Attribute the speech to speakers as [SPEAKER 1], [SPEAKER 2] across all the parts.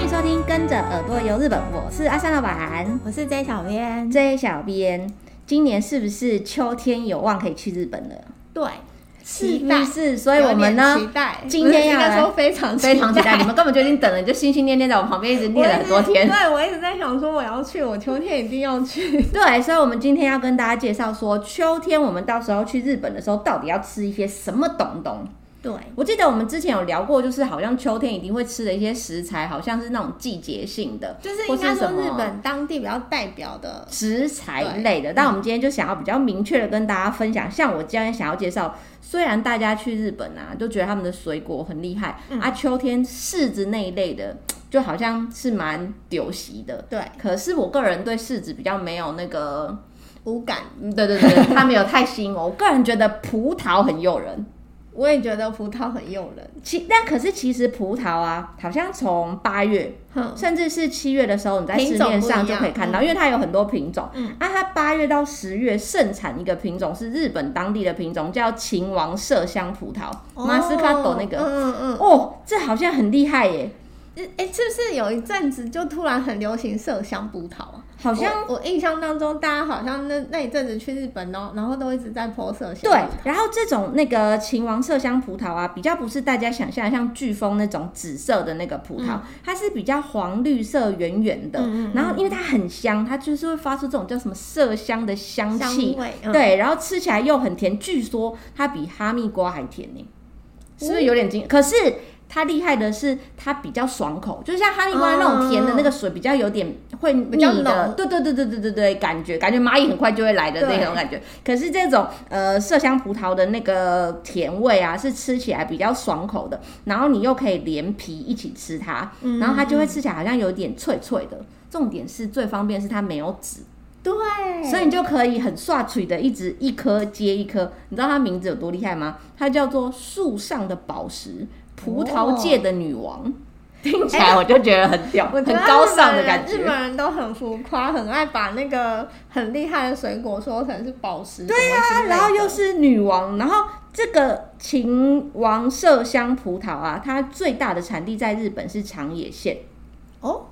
[SPEAKER 1] 迎收听《跟着耳朵游日本》，我是阿三老板
[SPEAKER 2] 我是 J 小编。
[SPEAKER 1] ，J 小编。今年是不是秋天有望可以去日本了？
[SPEAKER 2] 对，
[SPEAKER 1] 是
[SPEAKER 2] 期
[SPEAKER 1] 不
[SPEAKER 2] 待
[SPEAKER 1] 是？所以我们呢
[SPEAKER 2] 有点期待
[SPEAKER 1] 今天
[SPEAKER 2] 不是
[SPEAKER 1] 要
[SPEAKER 2] 应
[SPEAKER 1] 来
[SPEAKER 2] 该说非常
[SPEAKER 1] 非常期待，你
[SPEAKER 2] 我
[SPEAKER 1] 们根本就已经等了，你就心心念念在我旁边，一直
[SPEAKER 2] 一直
[SPEAKER 1] 念了很多天。
[SPEAKER 2] 对，我一直在想说我要去，我秋天一定要去。
[SPEAKER 1] 对，所以，我们今天要跟大家介绍说，秋天我们到时候去日本的时候，到底要吃一些什么东东？
[SPEAKER 2] 对，
[SPEAKER 1] 我记得我们之前有聊过，就是好像秋天一定会吃的一些食材，好像是那种季节性的，
[SPEAKER 2] 就是
[SPEAKER 1] 或
[SPEAKER 2] 应该
[SPEAKER 1] 是
[SPEAKER 2] 说
[SPEAKER 1] 什么
[SPEAKER 2] 日本当地比较代表的，
[SPEAKER 1] 食材类的。但我们今天就想要比较明确的跟大家分享，像我今天想要介绍，虽然大家去日本啊，就觉得他们的水果很厉害、啊，秋天柿子那一类的，就好像是蛮丢席的。
[SPEAKER 2] 对，
[SPEAKER 1] 可是我个人对柿子比较没有那个
[SPEAKER 2] 无感。
[SPEAKER 1] 嗯，对对对， 它没有太吸引我。我个人觉得葡萄很诱人，
[SPEAKER 2] 我也觉得葡萄很诱人。
[SPEAKER 1] 其但可是其实葡萄啊，好像从八月
[SPEAKER 2] 哼，
[SPEAKER 1] 甚至是七月的时候，你在市
[SPEAKER 2] 品种
[SPEAKER 1] 面
[SPEAKER 2] 不一
[SPEAKER 1] 上
[SPEAKER 2] 样嗯
[SPEAKER 1] 就可以看到，因为它有很多品种。嗯，啊，它八月到十月盛产一个品种是日本当地的品种，叫秦王麝香葡萄，马斯卡朵那
[SPEAKER 2] 哦
[SPEAKER 1] 个。
[SPEAKER 2] 嗯嗯
[SPEAKER 1] 哦，这好像很厉害耶，
[SPEAKER 2] 嗯，哎、是不是有一阵子就突然很流行麝香葡萄啊？
[SPEAKER 1] 好像
[SPEAKER 2] 我我印象当中，大家好像那那一阵子去日本哦，然后都一直在泼麝香。
[SPEAKER 1] 对，然后这种那个秦王麝香葡萄啊，比较不是大家想象的像飓风那种紫色的那个葡
[SPEAKER 2] 嗯
[SPEAKER 1] 萄，它是比较黄绿色圆圆的。然后因为它很香，它就是会发出这种叫什么麝香的香气，
[SPEAKER 2] 香味嗯
[SPEAKER 1] 对，然后吃起来又很甜，据说它比哈密瓜还甜呢、是不是有点
[SPEAKER 2] 哦
[SPEAKER 1] 惊？可是。它厉害的是，它比较爽口，就像哈密瓜那种甜的那个水，比较有点会
[SPEAKER 2] 哦比
[SPEAKER 1] 腻
[SPEAKER 2] 较
[SPEAKER 1] 的
[SPEAKER 2] 浓，
[SPEAKER 1] 对对对对对对对，感觉感觉蚂蚁很快就会来的那
[SPEAKER 2] 对
[SPEAKER 1] 种感觉。可是这种呃麝香葡萄的那个甜味啊，是吃起来比较爽口的，然后你又可以连皮一起吃它，
[SPEAKER 2] 嗯
[SPEAKER 1] 然后它就会吃起来好像有点脆脆的。重点是最方便是它没有籽，
[SPEAKER 2] 对，
[SPEAKER 1] 所以你就可以很刷嘴的一直一颗接一颗。你知道它名字有多厉害吗？它叫做树上的宝石，葡萄界的女王。哦听起来我就觉得很屌，
[SPEAKER 2] 我觉
[SPEAKER 1] 很
[SPEAKER 2] 得
[SPEAKER 1] 高尚的感
[SPEAKER 2] 日本人日
[SPEAKER 1] 觉。
[SPEAKER 2] 本人都很浮夸，很爱把那个很厉害的水果说成是宝石。对
[SPEAKER 1] 啊，然后又是女王，然后这个秦王麝香葡萄啊，它最大的产地在日本是长野县，
[SPEAKER 2] 哦，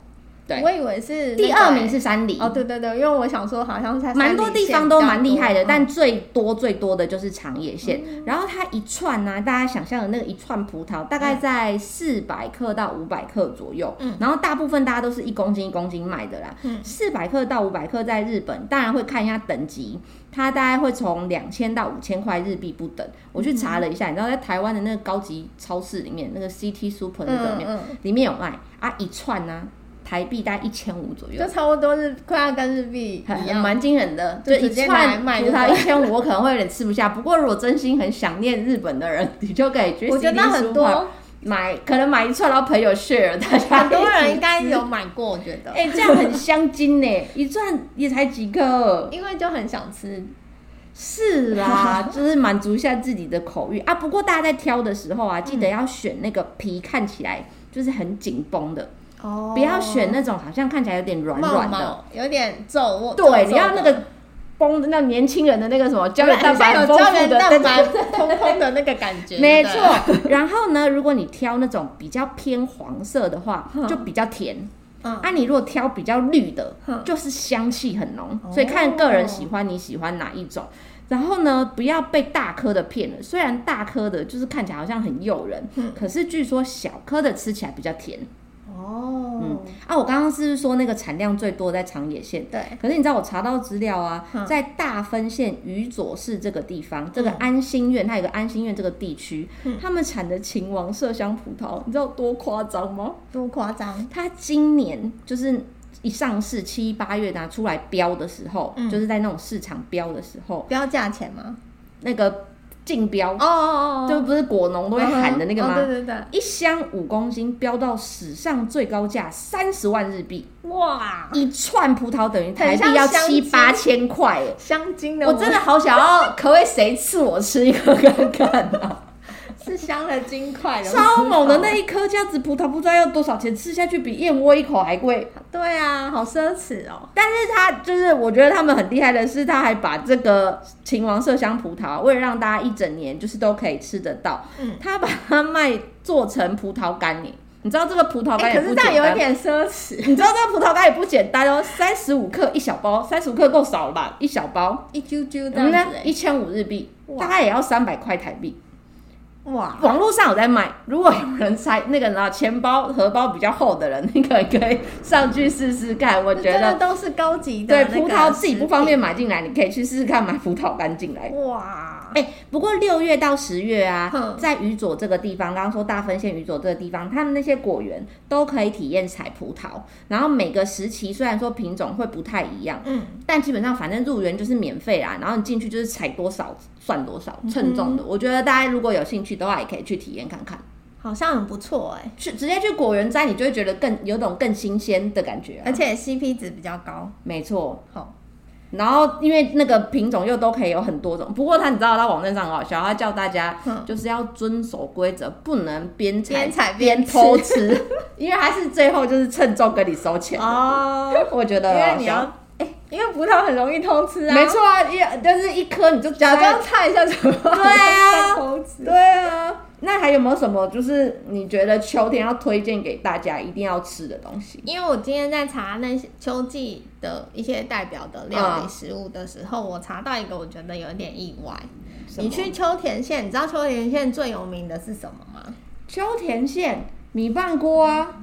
[SPEAKER 1] 对
[SPEAKER 2] 我以为是那个
[SPEAKER 1] 第二名是山梨。
[SPEAKER 2] 哦，对对对，因为我想说好像才
[SPEAKER 1] 蛮多地方都蛮厉害的，
[SPEAKER 2] 三里
[SPEAKER 1] 但最多最多的就是长野县。
[SPEAKER 2] 嗯
[SPEAKER 1] 然后它一串呢、大家想象的那个一串葡萄，大
[SPEAKER 2] 嗯
[SPEAKER 1] 概在四百克到五百克左右。然后大部分大家都是一公斤一公斤卖的啦。
[SPEAKER 2] 嗯
[SPEAKER 1] 四百、克到五百克在日本，当然会看一下等级，它大概会从两千到五千块日币不等。我去查了一下，你知道在台湾的那个高级超市里面，那个 CT Super 那个里面，
[SPEAKER 2] 嗯
[SPEAKER 1] 里面有卖啊，一串呢、台币大概一千五左右
[SPEAKER 2] 县，嗯就差不多日快要跟日币
[SPEAKER 1] 很
[SPEAKER 2] 一样。
[SPEAKER 1] 蛮惊人的，就
[SPEAKER 2] 就
[SPEAKER 1] 一
[SPEAKER 2] 直接拿来
[SPEAKER 1] 串
[SPEAKER 2] 卖
[SPEAKER 1] 葡
[SPEAKER 2] 就
[SPEAKER 1] 萄
[SPEAKER 2] 对
[SPEAKER 1] 一千五，我可能会有点吃不下。不过如果真心很想念日本的人， 你就可以去
[SPEAKER 2] 我觉
[SPEAKER 1] CD
[SPEAKER 2] 得很
[SPEAKER 1] Super
[SPEAKER 2] 多
[SPEAKER 1] 买，可能买一串，然后朋友 share，大家
[SPEAKER 2] 很多人
[SPEAKER 1] 一
[SPEAKER 2] 应
[SPEAKER 1] 起
[SPEAKER 2] 该有买过，我觉 得，
[SPEAKER 1] 哎、这样很香精呢，一串也才几颗，
[SPEAKER 2] 因为就很想吃。
[SPEAKER 1] 是 啦，就是满足一下自己的口欲啊。不过大家在挑的时候啊，记
[SPEAKER 2] 嗯
[SPEAKER 1] 得要选那个皮看起来就是很紧绷的，
[SPEAKER 2] 哦
[SPEAKER 1] 不要选那种好像看起来有点软软的，
[SPEAKER 2] 毛毛，有点皱纹。皱皱
[SPEAKER 1] 对，你要那
[SPEAKER 2] 的
[SPEAKER 1] 个崩的那年轻人的那个什么胶原蛋白
[SPEAKER 2] 好像
[SPEAKER 1] 很丰
[SPEAKER 2] 有胶
[SPEAKER 1] 富
[SPEAKER 2] 原
[SPEAKER 1] 的，
[SPEAKER 2] 蛋白
[SPEAKER 1] 对
[SPEAKER 2] 通通的那个感 觉，
[SPEAKER 1] 没
[SPEAKER 2] 对
[SPEAKER 1] 错。然后呢，如果你挑那种比较偏黄色的话，就比较甜。
[SPEAKER 2] 嗯
[SPEAKER 1] 啊，你如果挑比较绿的
[SPEAKER 2] 嗯，
[SPEAKER 1] 就是香气很浓，
[SPEAKER 2] 哦
[SPEAKER 1] 所以看个人喜欢你喜欢哪一种。然后呢，不要被大颗的骗了。虽然大颗的就是看起来好像很诱人，可是据说小颗的吃起来比较甜。
[SPEAKER 2] 哦，
[SPEAKER 1] 啊，我刚刚是不是说那个产量最多在长野县？
[SPEAKER 2] 对，
[SPEAKER 1] 可是你知道我查到资料啊，
[SPEAKER 2] 嗯
[SPEAKER 1] 在大分县宇佐市这个地方，这个安心院，它有个安心院这个地区，
[SPEAKER 2] 嗯
[SPEAKER 1] 他们产的秦王麝香葡萄，你知道多夸张吗？
[SPEAKER 2] 多夸张！
[SPEAKER 1] 它今年就是一上市七八月拿出来标的时候，
[SPEAKER 2] 嗯
[SPEAKER 1] 就是在那种市场标的时候，
[SPEAKER 2] 标价钱吗？
[SPEAKER 1] 那个竞标，
[SPEAKER 2] 哦哦
[SPEAKER 1] 就不是果农都会喊的那个吗？
[SPEAKER 2] 对对对，
[SPEAKER 1] 一箱五公斤标到史上最高价三十万日币，
[SPEAKER 2] 哇，
[SPEAKER 1] 一串葡萄等于台币
[SPEAKER 2] 啊很
[SPEAKER 1] 要
[SPEAKER 2] 像香
[SPEAKER 1] 七
[SPEAKER 2] 精
[SPEAKER 1] 八千块耶，
[SPEAKER 2] 香精的
[SPEAKER 1] 我真的好想要，可不可以谁赐我吃一颗看看啊？
[SPEAKER 2] 是镶了金块 的，
[SPEAKER 1] 超猛的那一颗这样子葡萄不知道要多少钱，吃下去比燕窝一口还贵。
[SPEAKER 2] 对啊，好奢侈哦。
[SPEAKER 1] 但是他就是，我觉得他们很厉害的是，他还把这个秦王麝香葡萄，为了让嗯大家一整年就是都可以吃得到，他把它卖做成葡萄干耶，你知道这个葡萄干
[SPEAKER 2] 哎
[SPEAKER 1] 也
[SPEAKER 2] 可
[SPEAKER 1] 不
[SPEAKER 2] 是
[SPEAKER 1] 简
[SPEAKER 2] 这
[SPEAKER 1] 单，
[SPEAKER 2] 样有一点奢侈，
[SPEAKER 1] 你知道这个葡萄干也不简单哦，三十五克一小包，三十五克够少了吧？一小包，
[SPEAKER 2] 一啾啾这
[SPEAKER 1] 然后
[SPEAKER 2] 样
[SPEAKER 1] 呢
[SPEAKER 2] 子、哎
[SPEAKER 1] 一千五日币，
[SPEAKER 2] 哇
[SPEAKER 1] 大概也要三百块台币。
[SPEAKER 2] 哇，
[SPEAKER 1] 网络上有在卖，如果有人猜那个拿钱包、荷包比较厚的人，你可可以上去试试看。我
[SPEAKER 2] 这
[SPEAKER 1] 觉
[SPEAKER 2] 真的
[SPEAKER 1] 得
[SPEAKER 2] 都是高级的
[SPEAKER 1] 对
[SPEAKER 2] 那个啊
[SPEAKER 1] 葡萄自己
[SPEAKER 2] 食
[SPEAKER 1] 不方便买进来，你可以去试试看买葡萄干进来
[SPEAKER 2] 品。哇，
[SPEAKER 1] 哎、不过六月到十月啊
[SPEAKER 2] 哼，
[SPEAKER 1] 在宇佐这个地方，刚刚说大分县宇佐这个地方，他们那些果园都可以体验采葡萄。然后每个时期虽然说品种会不太一样，
[SPEAKER 2] 嗯，
[SPEAKER 1] 但基本上反正入园就是免费啦。然后你进去就是采多少算多少，称重
[SPEAKER 2] 嗯
[SPEAKER 1] 的。我觉得大家如果有兴趣的话，也可以去体验看看。
[SPEAKER 2] 好像很不错哎、
[SPEAKER 1] 去直接去果园摘，你就会觉得更有种更新鲜的感觉啊、
[SPEAKER 2] 而且 CP 值比较高，
[SPEAKER 1] 没错，
[SPEAKER 2] 好、
[SPEAKER 1] 然后因为那个品种又都可以有很多种，不过他你知道他网站上很好笑，他叫大家
[SPEAKER 2] 嗯
[SPEAKER 1] 就是要遵守规则，不能边采
[SPEAKER 2] 边采边
[SPEAKER 1] 边偷吃， 因为他是最后就是称重跟你收钱。
[SPEAKER 2] 哦，
[SPEAKER 1] 我觉得
[SPEAKER 2] 因
[SPEAKER 1] 很
[SPEAKER 2] 为
[SPEAKER 1] 好
[SPEAKER 2] 你要
[SPEAKER 1] 笑、
[SPEAKER 2] 哎、因为葡萄很容易偷吃啊，
[SPEAKER 1] 没，错啊，一就是一颗你就
[SPEAKER 2] 假
[SPEAKER 1] 假
[SPEAKER 2] 装看一下什么，
[SPEAKER 1] 对啊
[SPEAKER 2] 在偷吃，
[SPEAKER 1] 对啊。那还有没有什么就是你觉得秋天要推荐给大家一定要吃的东西？
[SPEAKER 2] 因为我今天在查那些秋季的一些代表的料理食物的时候，我查到一个我觉得有点意外。
[SPEAKER 1] 什么
[SPEAKER 2] 你去秋田县，你知道秋田县最有名的是什么吗？
[SPEAKER 1] 秋田县米饭锅啊。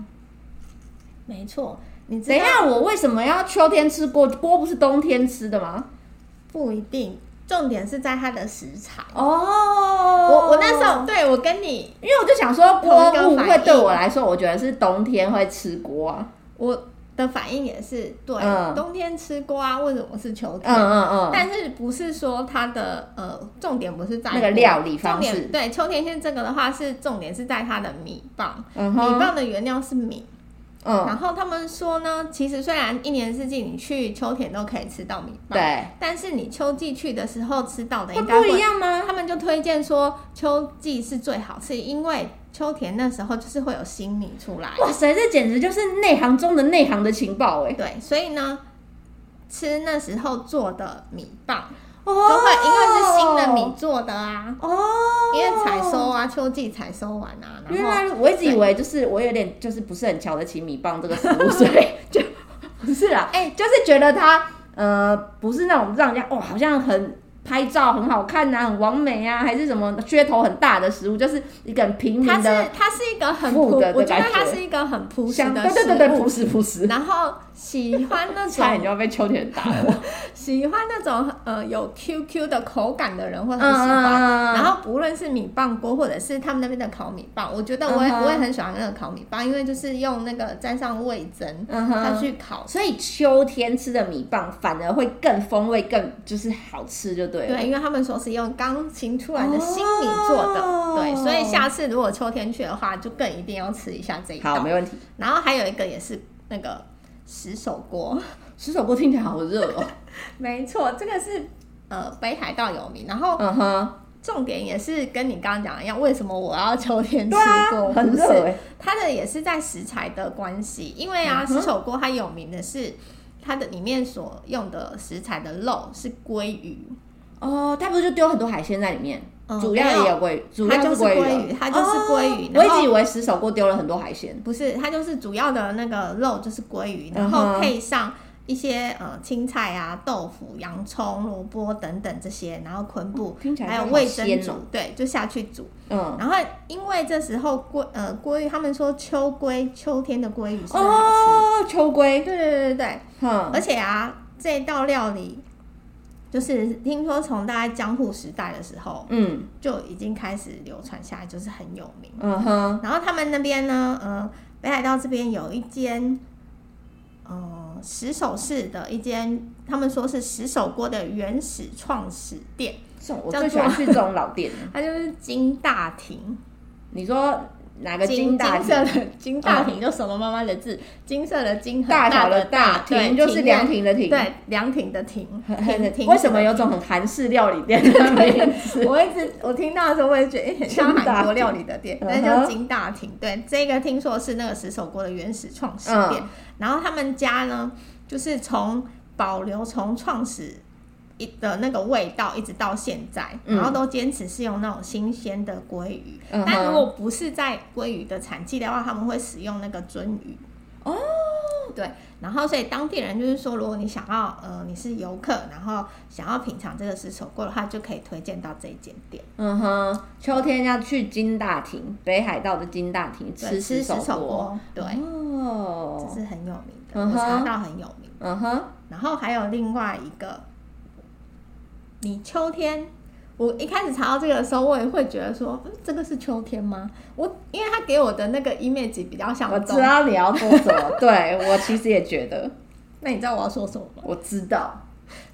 [SPEAKER 2] 没错，你知
[SPEAKER 1] 等一
[SPEAKER 2] 道
[SPEAKER 1] 下，我为什么要秋天吃锅？锅不是冬天吃的吗？
[SPEAKER 2] 不一定，重点是在它的食材。
[SPEAKER 1] 哦
[SPEAKER 2] 我我那时候，对我跟你，
[SPEAKER 1] 因为我就想说锅
[SPEAKER 2] 同
[SPEAKER 1] 物
[SPEAKER 2] 一个反
[SPEAKER 1] 会
[SPEAKER 2] 应
[SPEAKER 1] 对我来说，我觉得是冬天会吃锅啊。
[SPEAKER 2] 我的反应也是对，
[SPEAKER 1] 嗯
[SPEAKER 2] 冬天吃瓜，为什么是秋天？
[SPEAKER 1] 嗯嗯嗯，
[SPEAKER 2] 但是不是说它的呃重点不是在
[SPEAKER 1] 那个
[SPEAKER 2] 锅
[SPEAKER 1] 料理方
[SPEAKER 2] 重
[SPEAKER 1] 式
[SPEAKER 2] 点对秋田县这个的话是重点是在它的米棒，
[SPEAKER 1] 嗯
[SPEAKER 2] 米
[SPEAKER 1] 哼，
[SPEAKER 2] 棒的原料是米。
[SPEAKER 1] 嗯，
[SPEAKER 2] 然后他们说呢，其实虽然一年四季你去秋田都可以吃到米棒，
[SPEAKER 1] 对，
[SPEAKER 2] 但是你秋季去的时候吃到的
[SPEAKER 1] 会
[SPEAKER 2] 应该
[SPEAKER 1] 不一
[SPEAKER 2] 会，
[SPEAKER 1] 样吗？
[SPEAKER 2] 他们就推荐说秋季是最好吃，因为秋田那时候就是会有新米出来。
[SPEAKER 1] 哇塞，这简直就是内行中的内行的情报哎！
[SPEAKER 2] 对，所以呢，吃那时候做的米棒，
[SPEAKER 1] 哦，
[SPEAKER 2] 就会因为是新的米做的啊，
[SPEAKER 1] 哦，
[SPEAKER 2] 因为采收。啊，秋季采收完啊，
[SPEAKER 1] 原
[SPEAKER 2] 然后
[SPEAKER 1] 来我一直以为就是我有点就是不是很瞧得起米棒这个食物，所以就不是啦， 哎、就是觉得它呃不是那种让人家哇好像很拍照很好看呐、很完美啊，还是什么噱头很大的食物，就是一个很平
[SPEAKER 2] 它
[SPEAKER 1] 民
[SPEAKER 2] 是
[SPEAKER 1] 的
[SPEAKER 2] 它是一个很
[SPEAKER 1] 富
[SPEAKER 2] 朴，
[SPEAKER 1] 的的
[SPEAKER 2] 我觉得
[SPEAKER 1] 感
[SPEAKER 2] 它
[SPEAKER 1] 觉
[SPEAKER 2] 是一个很朴实
[SPEAKER 1] 香，
[SPEAKER 2] 的
[SPEAKER 1] 对对对
[SPEAKER 2] 食
[SPEAKER 1] 对，
[SPEAKER 2] 物
[SPEAKER 1] 朴实朴实，
[SPEAKER 2] 然后喜欢 那
[SPEAKER 1] 差点就
[SPEAKER 2] 种
[SPEAKER 1] 要被秋田打了。
[SPEAKER 2] 喜欢那种呃有 QQ 的口感的人会
[SPEAKER 1] 嗯
[SPEAKER 2] 很喜欢。
[SPEAKER 1] 嗯
[SPEAKER 2] 然
[SPEAKER 1] 嗯，
[SPEAKER 2] 后不论是米棒锅，或者是他们那边的烤米棒，我觉得我也、
[SPEAKER 1] 嗯哼
[SPEAKER 2] 我也很喜欢那个烤米棒，因为就是用那个沾上味增，
[SPEAKER 1] 嗯
[SPEAKER 2] 它
[SPEAKER 1] 哼。
[SPEAKER 2] 去烤
[SPEAKER 1] 所以秋天吃的米棒反而会更风味更就是好吃就对了。
[SPEAKER 2] 对，因为他们说是用刚新出来的新米做的，
[SPEAKER 1] 哦
[SPEAKER 2] 对，所以下次如果秋天去的话，就更一定要吃一下这一
[SPEAKER 1] 好，
[SPEAKER 2] 道。
[SPEAKER 1] 没问题。
[SPEAKER 2] 然后还有一个也是那个石手锅，
[SPEAKER 1] 石手锅听起来好热哦。
[SPEAKER 2] 没错，这个是呃北海道有名。然后
[SPEAKER 1] 嗯哼。
[SPEAKER 2] 重点也是跟你刚刚讲的一样，为什么我要秋天吃
[SPEAKER 1] 对啊
[SPEAKER 2] 锅？，
[SPEAKER 1] 很
[SPEAKER 2] 不是
[SPEAKER 1] 热哎、
[SPEAKER 2] 它的也是在食材的关系，因为啊，
[SPEAKER 1] 嗯
[SPEAKER 2] 石手锅它有名的是它的里面所用的食材的肉是鲑鱼。
[SPEAKER 1] 哦，它不是就丢很多海鲜在里面？
[SPEAKER 2] 嗯
[SPEAKER 1] 主要也有鲑鱼，主要
[SPEAKER 2] 它就是
[SPEAKER 1] 鲑
[SPEAKER 2] 鲑鱼它就是鲑鱼
[SPEAKER 1] 哦我
[SPEAKER 2] 然
[SPEAKER 1] 一
[SPEAKER 2] 后
[SPEAKER 1] 直以为石手锅丢了很多海鲜。
[SPEAKER 2] 不是，它就是主要的那个肉就是鲑鱼，然
[SPEAKER 1] 嗯哼
[SPEAKER 2] 后配上一些呃青菜啊、豆腐、洋葱、萝卜等等这些，然后昆布，
[SPEAKER 1] 哦听起来
[SPEAKER 2] 还有
[SPEAKER 1] 好
[SPEAKER 2] 味增
[SPEAKER 1] 鲜
[SPEAKER 2] 煮，
[SPEAKER 1] 哦
[SPEAKER 2] 对，就下去煮。
[SPEAKER 1] 嗯，
[SPEAKER 2] 然后因为这时候鲑呃鲑鱼，他们说秋鲑秋天的鲑鱼是很好
[SPEAKER 1] 哦，嗯秋
[SPEAKER 2] 吃，
[SPEAKER 1] 鲑，
[SPEAKER 2] 对对对对对，
[SPEAKER 1] 哼，
[SPEAKER 2] 而且啊这道料理。就是听说从大概江户时代的时候
[SPEAKER 1] 嗯
[SPEAKER 2] 就已经开始流传下来，就是很有名。
[SPEAKER 1] 嗯哼，
[SPEAKER 2] 然后他们那边呢，呃，北海道这边有一间，呃，石手市的一间，他们说是石手锅的原始创始店，
[SPEAKER 1] 这种我
[SPEAKER 2] 叫
[SPEAKER 1] 最喜
[SPEAKER 2] 做啊
[SPEAKER 1] 欢去这种老店了。
[SPEAKER 2] 它就是金大庭，
[SPEAKER 1] 你说哪个
[SPEAKER 2] 金
[SPEAKER 1] 大
[SPEAKER 2] 金色
[SPEAKER 1] 庭？
[SPEAKER 2] 的 金大庭，就什么妈妈的字，金色的金，很
[SPEAKER 1] 大
[SPEAKER 2] 大
[SPEAKER 1] 条
[SPEAKER 2] 的
[SPEAKER 1] 的大
[SPEAKER 2] 对
[SPEAKER 1] 庭就是
[SPEAKER 2] 庭
[SPEAKER 1] 凉亭的
[SPEAKER 2] 院
[SPEAKER 1] 亭。
[SPEAKER 2] 对，凉亭 的亭，亭亭
[SPEAKER 1] 为什么有种很韩式料理店的名字？
[SPEAKER 2] 我一直我听到的时候，我也觉得欸很像
[SPEAKER 1] 金大
[SPEAKER 2] 韩国料理的店，
[SPEAKER 1] 嗯
[SPEAKER 2] 那
[SPEAKER 1] 哼
[SPEAKER 2] 叫金大庭。对，这个听说是那个石手锅的原始创始
[SPEAKER 1] 嗯
[SPEAKER 2] 店。然后他们家呢，就是从保留从创始一的那个味道一直到现在，
[SPEAKER 1] 嗯
[SPEAKER 2] 然后都坚持是用那种新鲜的鲑鱼。
[SPEAKER 1] 嗯哼
[SPEAKER 2] 但如果不是在鲑鱼的产季的话，他们会使用那个鳟鱼。
[SPEAKER 1] 哦，
[SPEAKER 2] 对，然后所以当地人就是说，如果你想要呃你是游客，然后想要品尝这个石手锅的话，就可以推荐到这一间店。
[SPEAKER 1] 嗯哼，秋天要去金大亭，北海道的金大亭
[SPEAKER 2] 对
[SPEAKER 1] 吃
[SPEAKER 2] 吃
[SPEAKER 1] 手
[SPEAKER 2] 石手锅，对，这
[SPEAKER 1] 哦，
[SPEAKER 2] 是很有名的，
[SPEAKER 1] 嗯
[SPEAKER 2] 我
[SPEAKER 1] 哼
[SPEAKER 2] 查到很有名。
[SPEAKER 1] 嗯哼，
[SPEAKER 2] 然后还有另外一个，你秋天，我一开始查到这个的时候，我也会觉得说，嗯，这个是秋天吗？我因为他给我的那个 image 比较像
[SPEAKER 1] 我
[SPEAKER 2] 冬
[SPEAKER 1] 知。道你要说什 么，对我其实也觉得，
[SPEAKER 2] 那你知道我要说什么吗？
[SPEAKER 1] 我知道，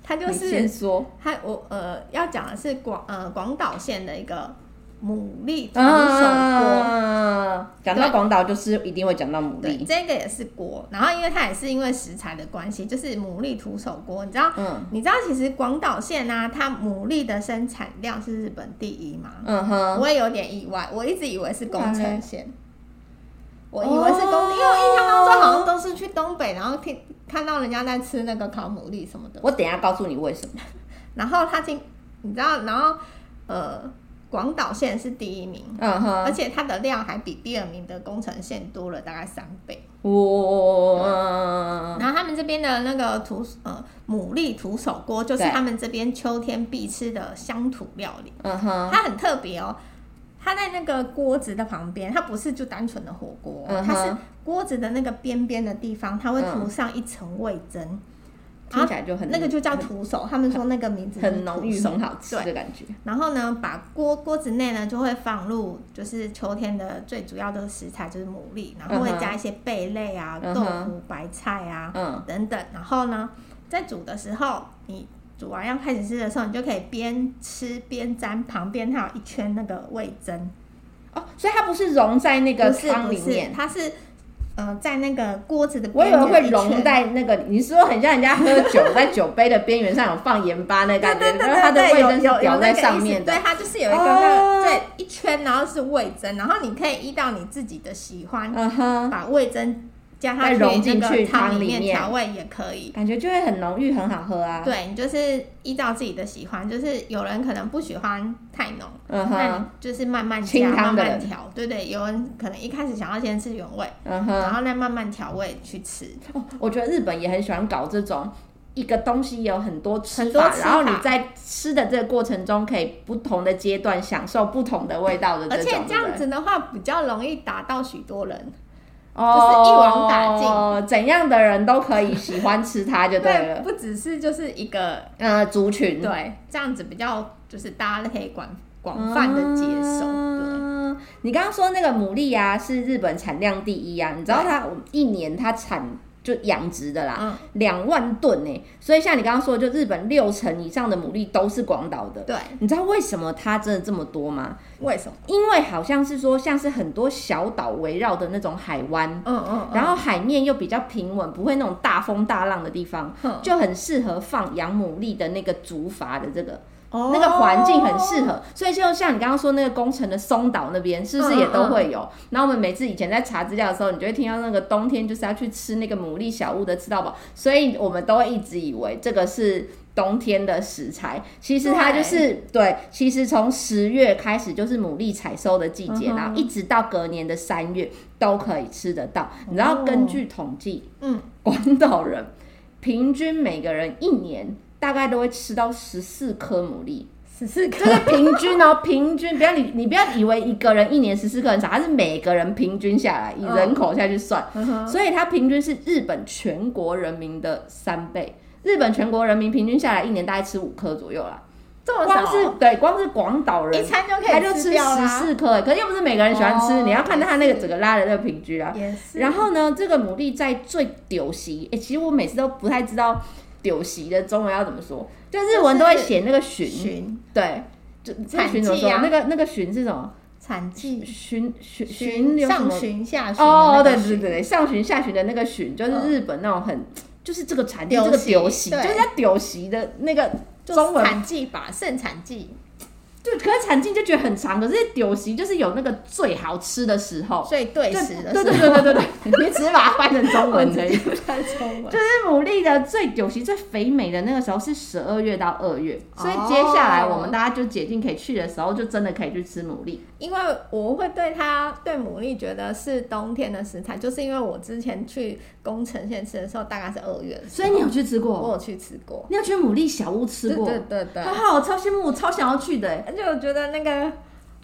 [SPEAKER 2] 它就
[SPEAKER 1] 你先
[SPEAKER 2] 是
[SPEAKER 1] 说，
[SPEAKER 2] 它我呃要讲的是广呃广岛县的一个牡蛎徒手锅。
[SPEAKER 1] 啊，讲到
[SPEAKER 2] 对
[SPEAKER 1] 广岛就是一定会讲到牡
[SPEAKER 2] 对，
[SPEAKER 1] 蛎，
[SPEAKER 2] 这个也是锅，然后因为它也是因为食材的关系，就是牡蛎徒手锅。你知道，
[SPEAKER 1] 嗯
[SPEAKER 2] 你知道其实广岛县呢、它牡蛎的生产量是日本第一吗？
[SPEAKER 1] 嗯哦哼，
[SPEAKER 2] 我也有点意外，我一直以为是宫
[SPEAKER 1] 不然嘞
[SPEAKER 2] 城县，我以为是宫，因为我印象当中好像都是去东北，然后听看到人家在吃那个烤牡蛎什么的，
[SPEAKER 1] 我等一下告诉你为什么，
[SPEAKER 2] 然后他进，你知道，然后呃，广岛县是第一名，
[SPEAKER 1] 嗯
[SPEAKER 2] 而
[SPEAKER 1] 哼，
[SPEAKER 2] 且它的量还比第二名的宫城县多了大概三倍。
[SPEAKER 1] 我，嗯
[SPEAKER 2] 然后他们这边的那个土呃牡蛎土手锅，就是
[SPEAKER 1] 对
[SPEAKER 2] 他们这边秋天必吃的乡土料理。
[SPEAKER 1] 嗯哼，
[SPEAKER 2] 它很特别哦，它在那个锅子的旁边，它不是就单纯的火锅，
[SPEAKER 1] 嗯哼
[SPEAKER 2] 它是锅子的那个边边的地方，它会涂上一层味增，
[SPEAKER 1] 听起来就很
[SPEAKER 2] 那个就叫徒手，他们说那个名字就是
[SPEAKER 1] 很浓郁，
[SPEAKER 2] 徒手
[SPEAKER 1] 很好吃的
[SPEAKER 2] 对，
[SPEAKER 1] 感觉，
[SPEAKER 2] 然后呢，把锅锅子内呢就会放入就是秋天的最主要的食材就是牡蛎，然后
[SPEAKER 1] 嗯
[SPEAKER 2] 会
[SPEAKER 1] 哼
[SPEAKER 2] 加一些贝类啊、
[SPEAKER 1] 嗯
[SPEAKER 2] 豆
[SPEAKER 1] 哼
[SPEAKER 2] 腐、白菜啊、
[SPEAKER 1] 嗯
[SPEAKER 2] 等等，然后呢，在煮的时候你。煮完要开始吃的时候，你就可以边吃边沾，旁边还有一圈那个味增，
[SPEAKER 1] 哦，所以它不是融在那个
[SPEAKER 2] 不是
[SPEAKER 1] 汤
[SPEAKER 2] 不
[SPEAKER 1] 里
[SPEAKER 2] 是
[SPEAKER 1] 面，。
[SPEAKER 2] 它是呃在那个锅子的
[SPEAKER 1] 我
[SPEAKER 2] 边
[SPEAKER 1] 以
[SPEAKER 2] 缘
[SPEAKER 1] 为
[SPEAKER 2] 一圈，
[SPEAKER 1] 会融在那个，你是说很像人家喝酒在酒杯的边缘上有放盐巴那
[SPEAKER 2] 对
[SPEAKER 1] 感觉，
[SPEAKER 2] 对对
[SPEAKER 1] 然后它
[SPEAKER 2] 对
[SPEAKER 1] 的
[SPEAKER 2] 对，
[SPEAKER 1] 味
[SPEAKER 2] 有
[SPEAKER 1] 增
[SPEAKER 2] 有
[SPEAKER 1] 是
[SPEAKER 2] 有
[SPEAKER 1] 表
[SPEAKER 2] 那
[SPEAKER 1] 在
[SPEAKER 2] 个
[SPEAKER 1] 上
[SPEAKER 2] 意思
[SPEAKER 1] 面的
[SPEAKER 2] 对，。它就是有一个那
[SPEAKER 1] 哦
[SPEAKER 2] 个对一圈，然后是味增，然后你可以依照你自己的喜欢
[SPEAKER 1] 嗯哼，
[SPEAKER 2] 把味增加
[SPEAKER 1] 再
[SPEAKER 2] 上
[SPEAKER 1] 融
[SPEAKER 2] 去
[SPEAKER 1] 进
[SPEAKER 2] 那
[SPEAKER 1] 去
[SPEAKER 2] 个
[SPEAKER 1] 汤
[SPEAKER 2] 汤
[SPEAKER 1] 里面
[SPEAKER 2] 面调味也可以。
[SPEAKER 1] 感觉就会很浓郁，很好喝啊。，
[SPEAKER 2] 对你就是依照自己的喜欢，就是有人可能不喜欢太浓，
[SPEAKER 1] 嗯
[SPEAKER 2] 那你
[SPEAKER 1] 哼，
[SPEAKER 2] 就是慢慢加
[SPEAKER 1] 清汤
[SPEAKER 2] 慢
[SPEAKER 1] 的
[SPEAKER 2] 慢
[SPEAKER 1] 人
[SPEAKER 2] 调，对对。有人可能一开始想要先吃原味，
[SPEAKER 1] 嗯
[SPEAKER 2] 然
[SPEAKER 1] 哼。
[SPEAKER 2] 后再慢慢调味去吃。
[SPEAKER 1] 哦，我觉得日本也很喜欢搞这种。一个东西有很多吃
[SPEAKER 2] 很多
[SPEAKER 1] 法，
[SPEAKER 2] 吃
[SPEAKER 1] 然后你
[SPEAKER 2] 法
[SPEAKER 1] 在吃的这个过程中，可以不同的阶段享受不同的味道的
[SPEAKER 2] 而
[SPEAKER 1] 这
[SPEAKER 2] 且
[SPEAKER 1] 种，
[SPEAKER 2] 这样子的话，比较容易打到许多人。
[SPEAKER 1] 哦，
[SPEAKER 2] 就是一网打尽
[SPEAKER 1] 哦，怎样的人都可以喜欢吃它就对了。
[SPEAKER 2] 不只是就是一个
[SPEAKER 1] 呃，族群
[SPEAKER 2] 对，这样子比较就是大家可以广广泛的接受。对，
[SPEAKER 1] 嗯你刚刚说那个牡蛎啊，是日本产量第一啊，你知道它一年它产就养殖的啦，
[SPEAKER 2] 嗯，
[SPEAKER 1] 两、万吨呢、所以像你刚刚说，就日本六成以上的牡蛎都是广岛的。
[SPEAKER 2] 对，
[SPEAKER 1] 你知道为什么它真的这么多吗？
[SPEAKER 2] 为什么？
[SPEAKER 1] 因为好像是说，像是很多小岛围绕的那种海湾，
[SPEAKER 2] 嗯嗯，
[SPEAKER 1] 然后海面又比较平稳，不会那种大风大浪的地方，
[SPEAKER 2] 哼
[SPEAKER 1] 就很适合放养牡蛎的那个竹筏的这个。
[SPEAKER 2] 哦
[SPEAKER 1] 那个环境很适合，所以就像你刚刚说那个工程的松岛那边，是不是也都会
[SPEAKER 2] 嗯
[SPEAKER 1] 有？然后我们每次以前在查资料的时候，你就会听到那个冬天就是要去吃那个牡蛎小屋的吃到饱，所以我们都会一直以为这个是。冬天的食材，其实它就是对其实从十月开始就是牡蛎采收的季节，
[SPEAKER 2] 嗯哼
[SPEAKER 1] 然后一直到隔年的三月都可以吃得到。你知道，
[SPEAKER 2] 哦
[SPEAKER 1] 根据统计，
[SPEAKER 2] 嗯，
[SPEAKER 1] 广岛人平均每个人一年大概都会吃到十四颗牡蛎。
[SPEAKER 2] 十四
[SPEAKER 1] 这
[SPEAKER 2] 个
[SPEAKER 1] 是平均哦， 平均不要你你不要以为一个人一年十四个人少，它是每个人平均下来以
[SPEAKER 2] 嗯
[SPEAKER 1] 人口下去算，
[SPEAKER 2] 嗯哼
[SPEAKER 1] 所以它平均是日本全国人民的三倍。日本全国人民平均下来一年大概吃五颗左右啦，
[SPEAKER 2] 这么
[SPEAKER 1] 光
[SPEAKER 2] 少
[SPEAKER 1] 是
[SPEAKER 2] 哦，
[SPEAKER 1] 对光是广岛人
[SPEAKER 2] 一餐就可
[SPEAKER 1] 他就
[SPEAKER 2] 以
[SPEAKER 1] 吃
[SPEAKER 2] 掉
[SPEAKER 1] 十
[SPEAKER 2] 啦。
[SPEAKER 1] 四颗，欸可是又不是每个人喜欢吃，
[SPEAKER 2] 哦
[SPEAKER 1] 你要看他那
[SPEAKER 2] 也
[SPEAKER 1] 个
[SPEAKER 2] 是
[SPEAKER 1] 整个拉的那个平均啊。
[SPEAKER 2] 也是，
[SPEAKER 1] 然后呢，这个牡蛎在最丢席，哎、其实我每次都不太知道丢席的中文要怎么说，就日文都会写那个旬，
[SPEAKER 2] 寻
[SPEAKER 1] 对，就那
[SPEAKER 2] 产
[SPEAKER 1] 旬怎么
[SPEAKER 2] 季
[SPEAKER 1] 说？
[SPEAKER 2] 啊
[SPEAKER 1] 那个那个旬是什么？
[SPEAKER 2] 产季
[SPEAKER 1] 旬旬
[SPEAKER 2] 寻
[SPEAKER 1] 旬有什
[SPEAKER 2] 上
[SPEAKER 1] 么？
[SPEAKER 2] 旬下旬
[SPEAKER 1] 哦，对
[SPEAKER 2] 的
[SPEAKER 1] 对
[SPEAKER 2] 那个
[SPEAKER 1] 对
[SPEAKER 2] 寻
[SPEAKER 1] 对，上旬下旬的那个旬，就是
[SPEAKER 2] 嗯
[SPEAKER 1] 日本那种很，就是这个产地
[SPEAKER 2] 丢
[SPEAKER 1] 这个
[SPEAKER 2] 席
[SPEAKER 1] 丢席，就
[SPEAKER 2] 对
[SPEAKER 1] 是它丢席的那个
[SPEAKER 2] 就是
[SPEAKER 1] 中文
[SPEAKER 2] 产季吧，盛产季
[SPEAKER 1] 就可是产进就觉得很长，可是酒席就是有那个最好吃的时候，
[SPEAKER 2] 所以对时的
[SPEAKER 1] 对
[SPEAKER 2] 时
[SPEAKER 1] 对
[SPEAKER 2] 候，
[SPEAKER 1] 对对对对，你只是把它翻成中 文而已。
[SPEAKER 2] 不太中文
[SPEAKER 1] 就。是牡蛎的最酒席最肥美的那个时候是十二月到二月，所以接下来我们大家就解禁可以去的时候，就真的可以去吃牡蛎。
[SPEAKER 2] 因为我会对它对牡蛎觉得是冬天的食材，就是因为我之前去宫城县吃的时候，大概是二月的时
[SPEAKER 1] 所
[SPEAKER 2] 候，
[SPEAKER 1] 以你有去吃过？
[SPEAKER 2] 我有去吃过，
[SPEAKER 1] 哦你有去牡蛎小屋吃过？
[SPEAKER 2] 对对对
[SPEAKER 1] 好好，我超羡慕，我超想要去的欸。
[SPEAKER 2] 对，就我觉得那个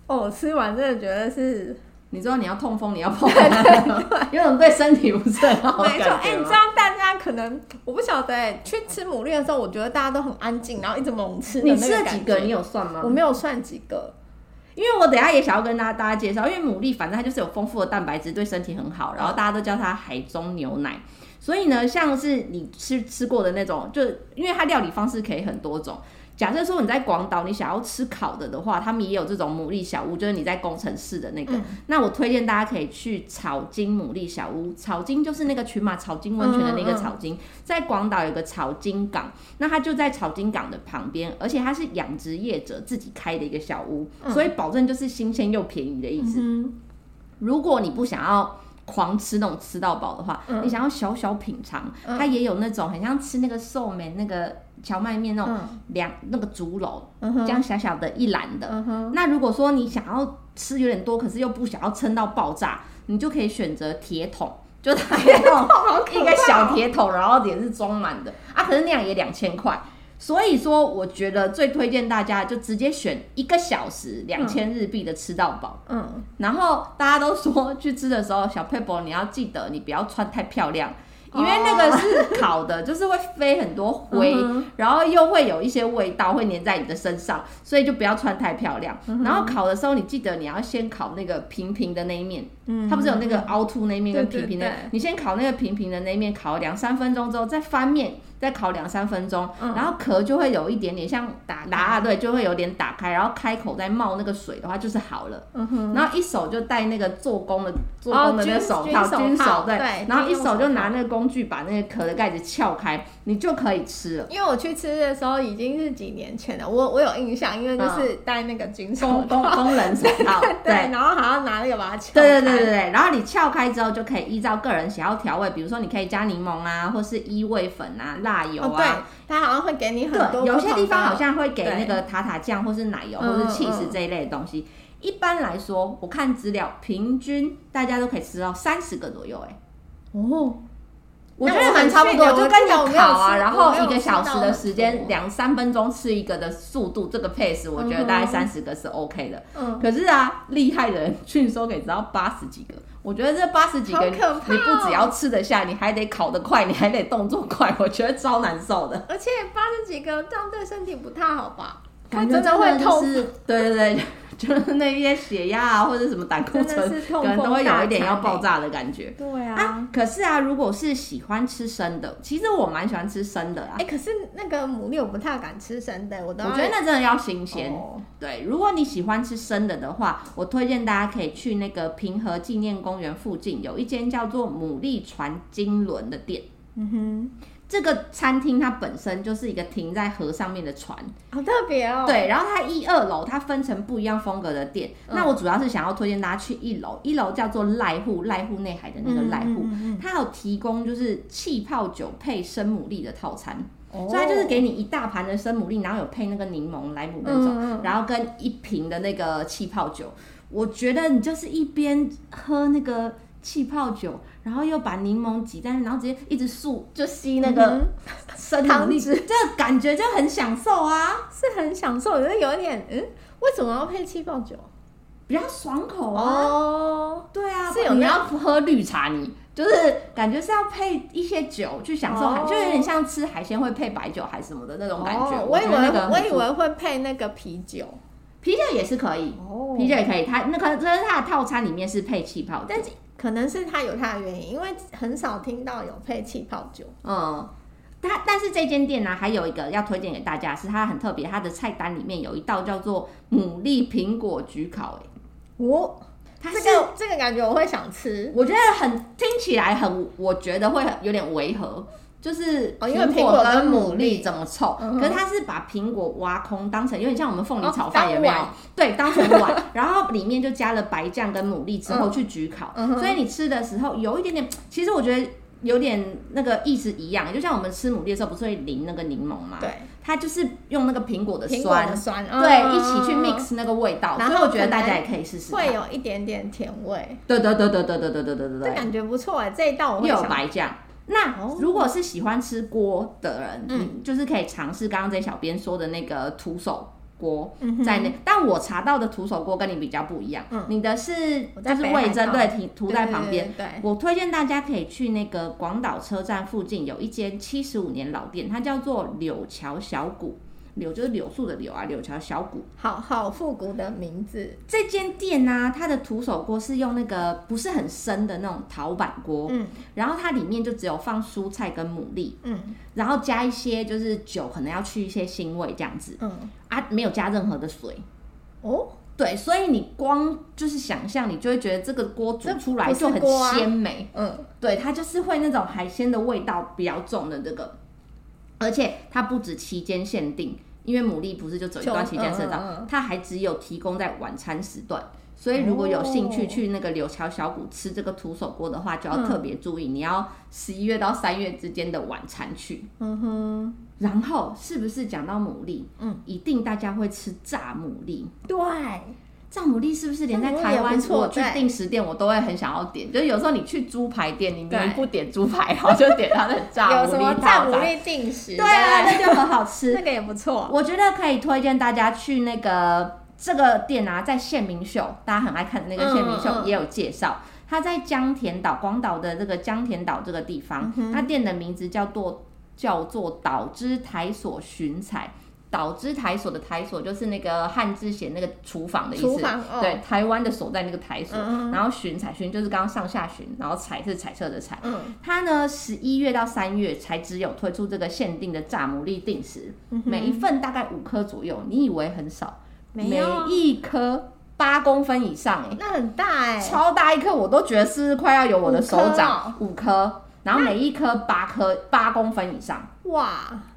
[SPEAKER 2] 哦，我吃完真的觉得是
[SPEAKER 1] 你知道你要痛风，你要 碰它，有种对身体不是很好的
[SPEAKER 2] 没错，
[SPEAKER 1] 感
[SPEAKER 2] 哎、
[SPEAKER 1] 觉啊
[SPEAKER 2] 你知
[SPEAKER 1] 吗。
[SPEAKER 2] 道大家可能我不晓得、哎，去吃牡蛎的时候，我觉得大家都很安静，然后一直猛吃。
[SPEAKER 1] 你吃了几个？你？有算吗
[SPEAKER 2] 我？没有算几个。
[SPEAKER 1] 因为我等一下也想要跟大家大家介绍，因为牡蛎反正它就是有丰富的蛋白质，对身体很好，然后大家都叫它海中牛奶。所以呢，像是你吃吃过的那种，就因为它料理方式可以很多种。假设说你在广岛，你想要吃烤的的话，他们也有这种牡蛎小屋，就是你在工程室的那个。那我推荐大家可以去草金牡蛎小屋，草金就是那个群马草金温泉的那个草金，在广岛有个草金港，那它就在草金港的旁边，而且它是养殖业者自己开的一个小屋，所以保证就是新鲜又便宜的意思。
[SPEAKER 2] 嗯，
[SPEAKER 1] 如果你不想要狂吃那种吃到饱的话，
[SPEAKER 2] 嗯
[SPEAKER 1] 你想要小小品尝，
[SPEAKER 2] 嗯
[SPEAKER 1] 它也有那种很像吃那个寿眉那个荞麦面那种
[SPEAKER 2] 嗯
[SPEAKER 1] 两、那个竹篓，
[SPEAKER 2] 嗯
[SPEAKER 1] 这样小小的一篮的。
[SPEAKER 2] 嗯哼，
[SPEAKER 1] 那如果说你想要吃有点多，可是又不想要撑到爆炸，你就可以选择铁桶， 就它铁桶
[SPEAKER 2] 好
[SPEAKER 1] 一个小铁桶，然后也是装满的啊。可是那样也两千块，所以说我觉得最推荐大家就直接选一个小时两千日币的吃到饱。
[SPEAKER 2] 嗯，
[SPEAKER 1] 然后大家都说去吃的时候，小佩伯你要记得你不要穿太漂亮，因为那个是烤的，就是会飞很多灰，
[SPEAKER 2] 哦嗯
[SPEAKER 1] 然后又会有一些味道会粘在你的身上，所以就不要穿太漂亮。
[SPEAKER 2] 嗯
[SPEAKER 1] 然后烤的时候，你记得你要先烤那个平平的那一面，
[SPEAKER 2] 嗯
[SPEAKER 1] 它不是有那个凹凸那一面跟
[SPEAKER 2] 对
[SPEAKER 1] 平
[SPEAKER 2] 对
[SPEAKER 1] 平的，
[SPEAKER 2] 对
[SPEAKER 1] 你先烤那个平平的那一面，烤两三分钟之后再翻面，再烤两三分钟，
[SPEAKER 2] 嗯
[SPEAKER 1] 然后壳就会有一点点像打打啊，对，就会有点打开，然后开口再冒那个水的话就是好了。
[SPEAKER 2] 嗯哼，
[SPEAKER 1] 然后一手就戴那个做工的做
[SPEAKER 2] 哦
[SPEAKER 1] 工的那个
[SPEAKER 2] 军
[SPEAKER 1] 手
[SPEAKER 2] 军
[SPEAKER 1] 套，
[SPEAKER 2] 手
[SPEAKER 1] 军
[SPEAKER 2] 套
[SPEAKER 1] 对
[SPEAKER 2] 对，
[SPEAKER 1] 然后一
[SPEAKER 2] 军用
[SPEAKER 1] 手就
[SPEAKER 2] 手
[SPEAKER 1] 拿
[SPEAKER 2] 套
[SPEAKER 1] 那个工具把那个壳的盖子撬开，你就可以吃 了。
[SPEAKER 2] 因为我去吃的时候已经是几年前了，我我有印象，因为
[SPEAKER 1] 嗯
[SPEAKER 2] 就是戴那个军手
[SPEAKER 1] 工工
[SPEAKER 2] 套，
[SPEAKER 1] 工人手 套，
[SPEAKER 2] 对，然后好像拿那个把它撬
[SPEAKER 1] 对对对
[SPEAKER 2] 开哦
[SPEAKER 1] 对对，然后你撬开之后就可以依照个人想要调味，比如说你可以加柠檬啊，或是伊味粉啊、辣油
[SPEAKER 2] 哦，
[SPEAKER 1] 啊。
[SPEAKER 2] 对，它好像会给你很多
[SPEAKER 1] 对，有些地方好
[SPEAKER 2] 像
[SPEAKER 1] 像会给
[SPEAKER 2] 对
[SPEAKER 1] 那个塔塔酱或是奶油或
[SPEAKER 2] 嗯
[SPEAKER 1] 是
[SPEAKER 2] 嗯
[SPEAKER 1] cheese
[SPEAKER 2] 嗯
[SPEAKER 1] 这一类的东西。一般来说，我看资料，平均大家都可以吃到三十个左右、哎。
[SPEAKER 2] 哦，
[SPEAKER 1] 我觉
[SPEAKER 2] 那
[SPEAKER 1] 得
[SPEAKER 2] 我
[SPEAKER 1] 很
[SPEAKER 2] 很
[SPEAKER 1] 差不
[SPEAKER 2] 逊
[SPEAKER 1] 多，
[SPEAKER 2] 欸
[SPEAKER 1] 就
[SPEAKER 2] 我
[SPEAKER 1] 跟
[SPEAKER 2] 记
[SPEAKER 1] 你
[SPEAKER 2] 得我没有
[SPEAKER 1] 烤啊，
[SPEAKER 2] 吃
[SPEAKER 1] 然
[SPEAKER 2] 我
[SPEAKER 1] 后
[SPEAKER 2] 没
[SPEAKER 1] 一
[SPEAKER 2] 有
[SPEAKER 1] 个
[SPEAKER 2] 吃
[SPEAKER 1] 小
[SPEAKER 2] 到
[SPEAKER 1] 时的
[SPEAKER 2] 很
[SPEAKER 1] 时间，
[SPEAKER 2] 多
[SPEAKER 1] 两三分钟吃一个的速度，这个 pace 我觉得大概
[SPEAKER 2] 嗯哼
[SPEAKER 1] 三十个是 OK 的。
[SPEAKER 2] 嗯，
[SPEAKER 1] 可是啊，厉害的人 据说可以吃到八十几个，我觉得这八十几个
[SPEAKER 2] 好
[SPEAKER 1] 你
[SPEAKER 2] 可怕哦
[SPEAKER 1] 你不只要吃得下，你还得烤得快，你还得动作快，我觉得超难受的。
[SPEAKER 2] 而且八十几个这样对身体不太好吧？会
[SPEAKER 1] 感觉
[SPEAKER 2] 真的会
[SPEAKER 1] 就
[SPEAKER 2] 痛
[SPEAKER 1] 是，对对对，就是那些血压啊，或者什么胆固
[SPEAKER 2] 真的
[SPEAKER 1] 醇
[SPEAKER 2] 是，痛
[SPEAKER 1] 可能都会有一点
[SPEAKER 2] 风大
[SPEAKER 1] 要
[SPEAKER 2] 餐
[SPEAKER 1] 爆
[SPEAKER 2] 欸
[SPEAKER 1] 炸的感觉。
[SPEAKER 2] 对啊，
[SPEAKER 1] 啊，可是啊，如果是喜欢吃生的，其实我蛮喜欢吃生的啊
[SPEAKER 2] 哎、。可是那个牡蛎我不太敢吃生的，我都
[SPEAKER 1] 我觉得那真的要新鲜。
[SPEAKER 2] 哦
[SPEAKER 1] 对，如果你喜欢吃生的的话，我推荐大家可以去那个平和纪念公园附近有一间叫做牡蛎船金轮的店。
[SPEAKER 2] 嗯
[SPEAKER 1] 这个餐厅它本身就是一个停在河上面的船，
[SPEAKER 2] 哼，好特别哦。，
[SPEAKER 1] 对，然后它一二楼它分成不一样风格的店。
[SPEAKER 2] 嗯
[SPEAKER 1] 那我主要是想要推荐大家去一楼，一楼叫做濑户，濑户内海的那个濑户，
[SPEAKER 2] 嗯
[SPEAKER 1] 它有提供就是气泡酒配生牡蛎的套餐。
[SPEAKER 2] 哦
[SPEAKER 1] 所以它就是给你一大盘的生牡蛎，然后有配那个柠檬莱姆那种，
[SPEAKER 2] 嗯嗯
[SPEAKER 1] 然后跟一瓶的那个气泡酒。我觉得你就是一边喝那个气泡酒，然后又把柠檬挤在那，然后直接一直漱就吸那
[SPEAKER 2] 嗯
[SPEAKER 1] 个
[SPEAKER 2] 哼
[SPEAKER 1] 生牡
[SPEAKER 2] 汤
[SPEAKER 1] 蛎，这感觉就很享受啊，
[SPEAKER 2] 是很享受，就是有一点嗯，为什么要配气泡酒？
[SPEAKER 1] 比较爽口啊。
[SPEAKER 2] 哦，
[SPEAKER 1] 对啊，
[SPEAKER 2] 是有
[SPEAKER 1] 你
[SPEAKER 2] 那
[SPEAKER 1] 要喝绿茶你。就是感觉是要配一些酒去享受海
[SPEAKER 2] 哦
[SPEAKER 1] 就有点像吃海鲜会配白酒还是什么的那种感觉。
[SPEAKER 2] 哦
[SPEAKER 1] 我
[SPEAKER 2] 我
[SPEAKER 1] 觉
[SPEAKER 2] 以
[SPEAKER 1] 得那
[SPEAKER 2] 为
[SPEAKER 1] 个很
[SPEAKER 2] 我
[SPEAKER 1] 舒
[SPEAKER 2] 以
[SPEAKER 1] 服
[SPEAKER 2] 为会配那个啤酒。
[SPEAKER 1] 啤酒也是可以，
[SPEAKER 2] 哦
[SPEAKER 1] 啤酒也可以，它那可能是它的套餐里面是配气泡酒，
[SPEAKER 2] 但是可能是它有它的原因，因为很少听到有配气泡酒。
[SPEAKER 1] 嗯。它但是这间店呢、还有一个要推荐给大家，是它很特别，它的菜单里面有一道叫做牡蛎苹果焗烤、欸，
[SPEAKER 2] 我
[SPEAKER 1] 它
[SPEAKER 2] 这
[SPEAKER 1] 是、
[SPEAKER 2] 个这个感觉我会想吃，
[SPEAKER 1] 我觉得很听起来很，我觉得会很有点违和，就是
[SPEAKER 2] 哦因为
[SPEAKER 1] 苹
[SPEAKER 2] 苹果
[SPEAKER 1] 跟
[SPEAKER 2] 跟牡
[SPEAKER 1] 牡蛎
[SPEAKER 2] 蛎
[SPEAKER 1] 怎么凑，
[SPEAKER 2] 嗯哼
[SPEAKER 1] 可是它是把苹果挖空当成有点像我们凤梨
[SPEAKER 2] 哦
[SPEAKER 1] 炒饭
[SPEAKER 2] 当
[SPEAKER 1] 有没有？
[SPEAKER 2] 碗
[SPEAKER 1] 对，当成碗， 然后里面就加了白酱跟牡蛎之后去焗烤，
[SPEAKER 2] 嗯哼
[SPEAKER 1] 所以你吃的时候有一点点，其实我觉得有点那个意思一样，就像我们吃牡蛎的时候不是会淋那个柠檬嘛？
[SPEAKER 2] 对，
[SPEAKER 1] 它就是用那个苹果的
[SPEAKER 2] 苹果
[SPEAKER 1] 酸
[SPEAKER 2] 的，酸，
[SPEAKER 1] 对，一起去
[SPEAKER 2] 嗯
[SPEAKER 1] mix 那个味道，
[SPEAKER 2] 然
[SPEAKER 1] 所以我
[SPEAKER 2] 后
[SPEAKER 1] 觉得
[SPEAKER 2] 可
[SPEAKER 1] 大家
[SPEAKER 2] 能
[SPEAKER 1] 也可以试试看，
[SPEAKER 2] 会有一点点甜味，
[SPEAKER 1] 对对对对对对对对对对
[SPEAKER 2] 这
[SPEAKER 1] 对，
[SPEAKER 2] 感觉不错哎，这一道我会
[SPEAKER 1] 又有
[SPEAKER 2] 想，
[SPEAKER 1] 白酱。那
[SPEAKER 2] 哦
[SPEAKER 1] 如果是喜欢吃锅的人，
[SPEAKER 2] 嗯
[SPEAKER 1] 嗯，就是可以尝试刚刚这小编说的那个徒手锅
[SPEAKER 2] 嗯哼
[SPEAKER 1] 在内。但我查到的徒手锅跟你比较不一样，
[SPEAKER 2] 嗯
[SPEAKER 1] 你的是
[SPEAKER 2] 我
[SPEAKER 1] 就
[SPEAKER 2] 在
[SPEAKER 1] 是
[SPEAKER 2] 北海
[SPEAKER 1] 味增
[SPEAKER 2] 道
[SPEAKER 1] 对涂涂在
[SPEAKER 2] 对
[SPEAKER 1] 旁边。，
[SPEAKER 2] 对对，
[SPEAKER 1] 我推荐大家可以去那个广岛车站附近有一间七十五年老店，它叫做柳桥小谷，柳就是柳树的柳啊，柳桥小谷。
[SPEAKER 2] 好好复古的名字，
[SPEAKER 1] 这间店呢、它的徒手锅是用那个不是很深的那种陶板锅，
[SPEAKER 2] 嗯
[SPEAKER 1] 然后它里面就只有放蔬菜跟牡蛎，
[SPEAKER 2] 嗯
[SPEAKER 1] 然后加一些就是酒，可能要去一些腥味这样子
[SPEAKER 2] 嗯，
[SPEAKER 1] 啊，没有加任何的水。
[SPEAKER 2] 哦，
[SPEAKER 1] 对，所以你光就是想象，你就会觉得这个锅煮出来就
[SPEAKER 2] 这
[SPEAKER 1] 很
[SPEAKER 2] 不是锅啊
[SPEAKER 1] 鲜美。
[SPEAKER 2] 嗯
[SPEAKER 1] 对，它就是会那种海鲜的味道比较重的这个，而且它不止期间限定，因为牡蛎不是就走一段
[SPEAKER 2] 就
[SPEAKER 1] 期间吃得到，
[SPEAKER 2] 嗯嗯
[SPEAKER 1] 它还只有提供在晚餐时段。所以如果有兴趣去那个柳桥小谷吃这个土手锅的话，就要特别注意，你要十一月到三月之间的晚餐去。
[SPEAKER 2] 嗯哼，
[SPEAKER 1] 然后是不是讲到牡蛎，
[SPEAKER 2] 嗯，
[SPEAKER 1] 一定大家会吃炸牡蛎。
[SPEAKER 2] 对，
[SPEAKER 1] 炸牡蛎是不是连在
[SPEAKER 2] 炸牡蛎
[SPEAKER 1] 台湾
[SPEAKER 2] 也不错
[SPEAKER 1] 我去
[SPEAKER 2] 对
[SPEAKER 1] 定时店，我都会很想要点？就是有时候你去猪排店，你明
[SPEAKER 2] 对
[SPEAKER 1] 明不点猪排，然后就点它的炸
[SPEAKER 2] 有
[SPEAKER 1] 牡
[SPEAKER 2] 什么
[SPEAKER 1] 蛎
[SPEAKER 2] 炸
[SPEAKER 1] 套
[SPEAKER 2] 牡
[SPEAKER 1] 餐。
[SPEAKER 2] 蛎定时？
[SPEAKER 1] 对啊，那就很好吃
[SPEAKER 2] 那。个也不错，啊
[SPEAKER 1] 我觉得可以推荐大家去那个这个店啊，在县民秀，大家很爱看的那个县民
[SPEAKER 2] 嗯
[SPEAKER 1] 秀
[SPEAKER 2] 嗯
[SPEAKER 1] 也有介绍。它在江田岛，广岛的这个江田岛这个地方，
[SPEAKER 2] 嗯
[SPEAKER 1] 它店的名字叫做叫做岛之台所寻菜。岛之台所的台所就是那个汉字写那个厨房的意思，
[SPEAKER 2] 厨房哦
[SPEAKER 1] 对，台湾的所在那个台所，
[SPEAKER 2] 嗯
[SPEAKER 1] 然后巡采巡就是刚刚上下巡，然后采是彩色的彩。
[SPEAKER 2] 嗯
[SPEAKER 1] 它呢，十一月到三月才只有推出这个限定的炸牡蛎定时，
[SPEAKER 2] 嗯哼
[SPEAKER 1] 每一份大概五颗左右。你以为很少？
[SPEAKER 2] 没
[SPEAKER 1] 每
[SPEAKER 2] 有
[SPEAKER 1] 一颗八公分以上、欸，
[SPEAKER 2] 那很大哎、
[SPEAKER 1] 超大一颗，我都觉得是快要有我的手掌，五
[SPEAKER 2] 哦
[SPEAKER 1] 颗，然后每一颗八颗八公分以上。
[SPEAKER 2] 哇，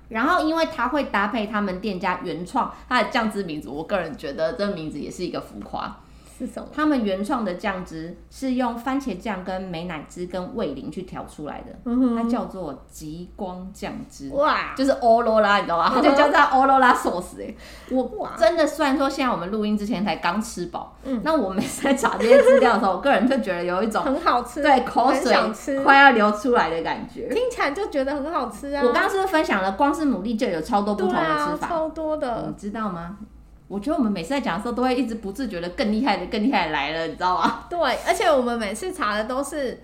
[SPEAKER 1] 然后，因为它会搭配他们店家原创它的酱汁名字，我个人觉得这名字也是一个浮夸。
[SPEAKER 2] 是什么？
[SPEAKER 1] 他们原创的酱汁是用番茄酱、跟美乃滋、跟味淋去调出来的，
[SPEAKER 2] 嗯
[SPEAKER 1] 它叫做极光酱汁，
[SPEAKER 2] 哇，
[SPEAKER 1] 就是欧罗拉，你知道吗？它就叫做欧罗拉 sauce 哎，我
[SPEAKER 2] 嗯哇
[SPEAKER 1] 真的虽然说现在我们录音之前才刚吃饱，
[SPEAKER 2] 嗯
[SPEAKER 1] 那我每次在查这些资料的时候，我个人就觉得有一种
[SPEAKER 2] 很好吃，
[SPEAKER 1] 对口
[SPEAKER 2] 很想
[SPEAKER 1] 水
[SPEAKER 2] 吃，
[SPEAKER 1] 快要流出来的感觉。
[SPEAKER 2] 听起来就觉得很好吃啊。
[SPEAKER 1] 我刚刚是不是分享了，光是牡蛎就有超多不
[SPEAKER 2] 对
[SPEAKER 1] 同的
[SPEAKER 2] 啊
[SPEAKER 1] 吃，法？嗯
[SPEAKER 2] 超多的
[SPEAKER 1] 你，知道吗？我觉得我们每次在讲的时候，都会一直不自觉的更厉害的、更厉害的来了，你知道吗？
[SPEAKER 2] 对，而且我们每次查的都是，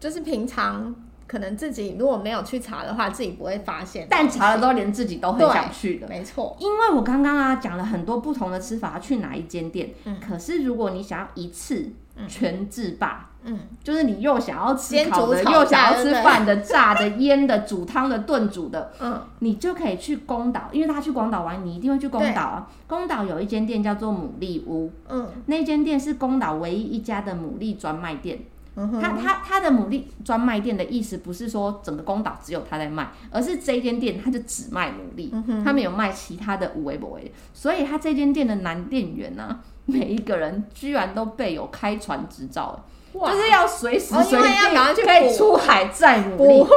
[SPEAKER 2] 就是平常可能自己如果没有去查的话，自己不会发现。
[SPEAKER 1] 但查了之后，连自己都很想去的。
[SPEAKER 2] 没错，
[SPEAKER 1] 因为我刚刚啊讲了很多不同的吃法，去哪一间店。
[SPEAKER 2] 嗯
[SPEAKER 1] 可是如果你想要一次全制霸，
[SPEAKER 2] 嗯，
[SPEAKER 1] 就是你又想要吃
[SPEAKER 2] 煎
[SPEAKER 1] 烤的，
[SPEAKER 2] 煮炒
[SPEAKER 1] 又想要吃
[SPEAKER 2] 炸的
[SPEAKER 1] 饭的、炸的、腌的、煮汤的、炖煮的，
[SPEAKER 2] 嗯，
[SPEAKER 1] 你就可以去宫岛。因为他去广岛玩，你一定会去宫岛啊。宫岛有一间店叫做牡蛎屋，
[SPEAKER 2] 嗯，
[SPEAKER 1] 那间店是宫岛唯一一家的牡蛎专卖店。
[SPEAKER 2] 嗯哼
[SPEAKER 1] 它它它的牡蛎专卖店的意思不是说整个宫岛只有它在卖，而是这一间店它就只卖牡蛎，
[SPEAKER 2] 嗯
[SPEAKER 1] 它没有卖其他的五维博维，所以它这间店的男店员呢、啊每一个人居然都备有开船执照，
[SPEAKER 2] 哇，
[SPEAKER 1] 就是要随时
[SPEAKER 2] 哦
[SPEAKER 1] 随
[SPEAKER 2] 因为要
[SPEAKER 1] 地
[SPEAKER 2] 赶快去
[SPEAKER 1] 可以
[SPEAKER 2] 捕
[SPEAKER 1] 出海载牡
[SPEAKER 2] 捕
[SPEAKER 1] 蛎。
[SPEAKER 2] 获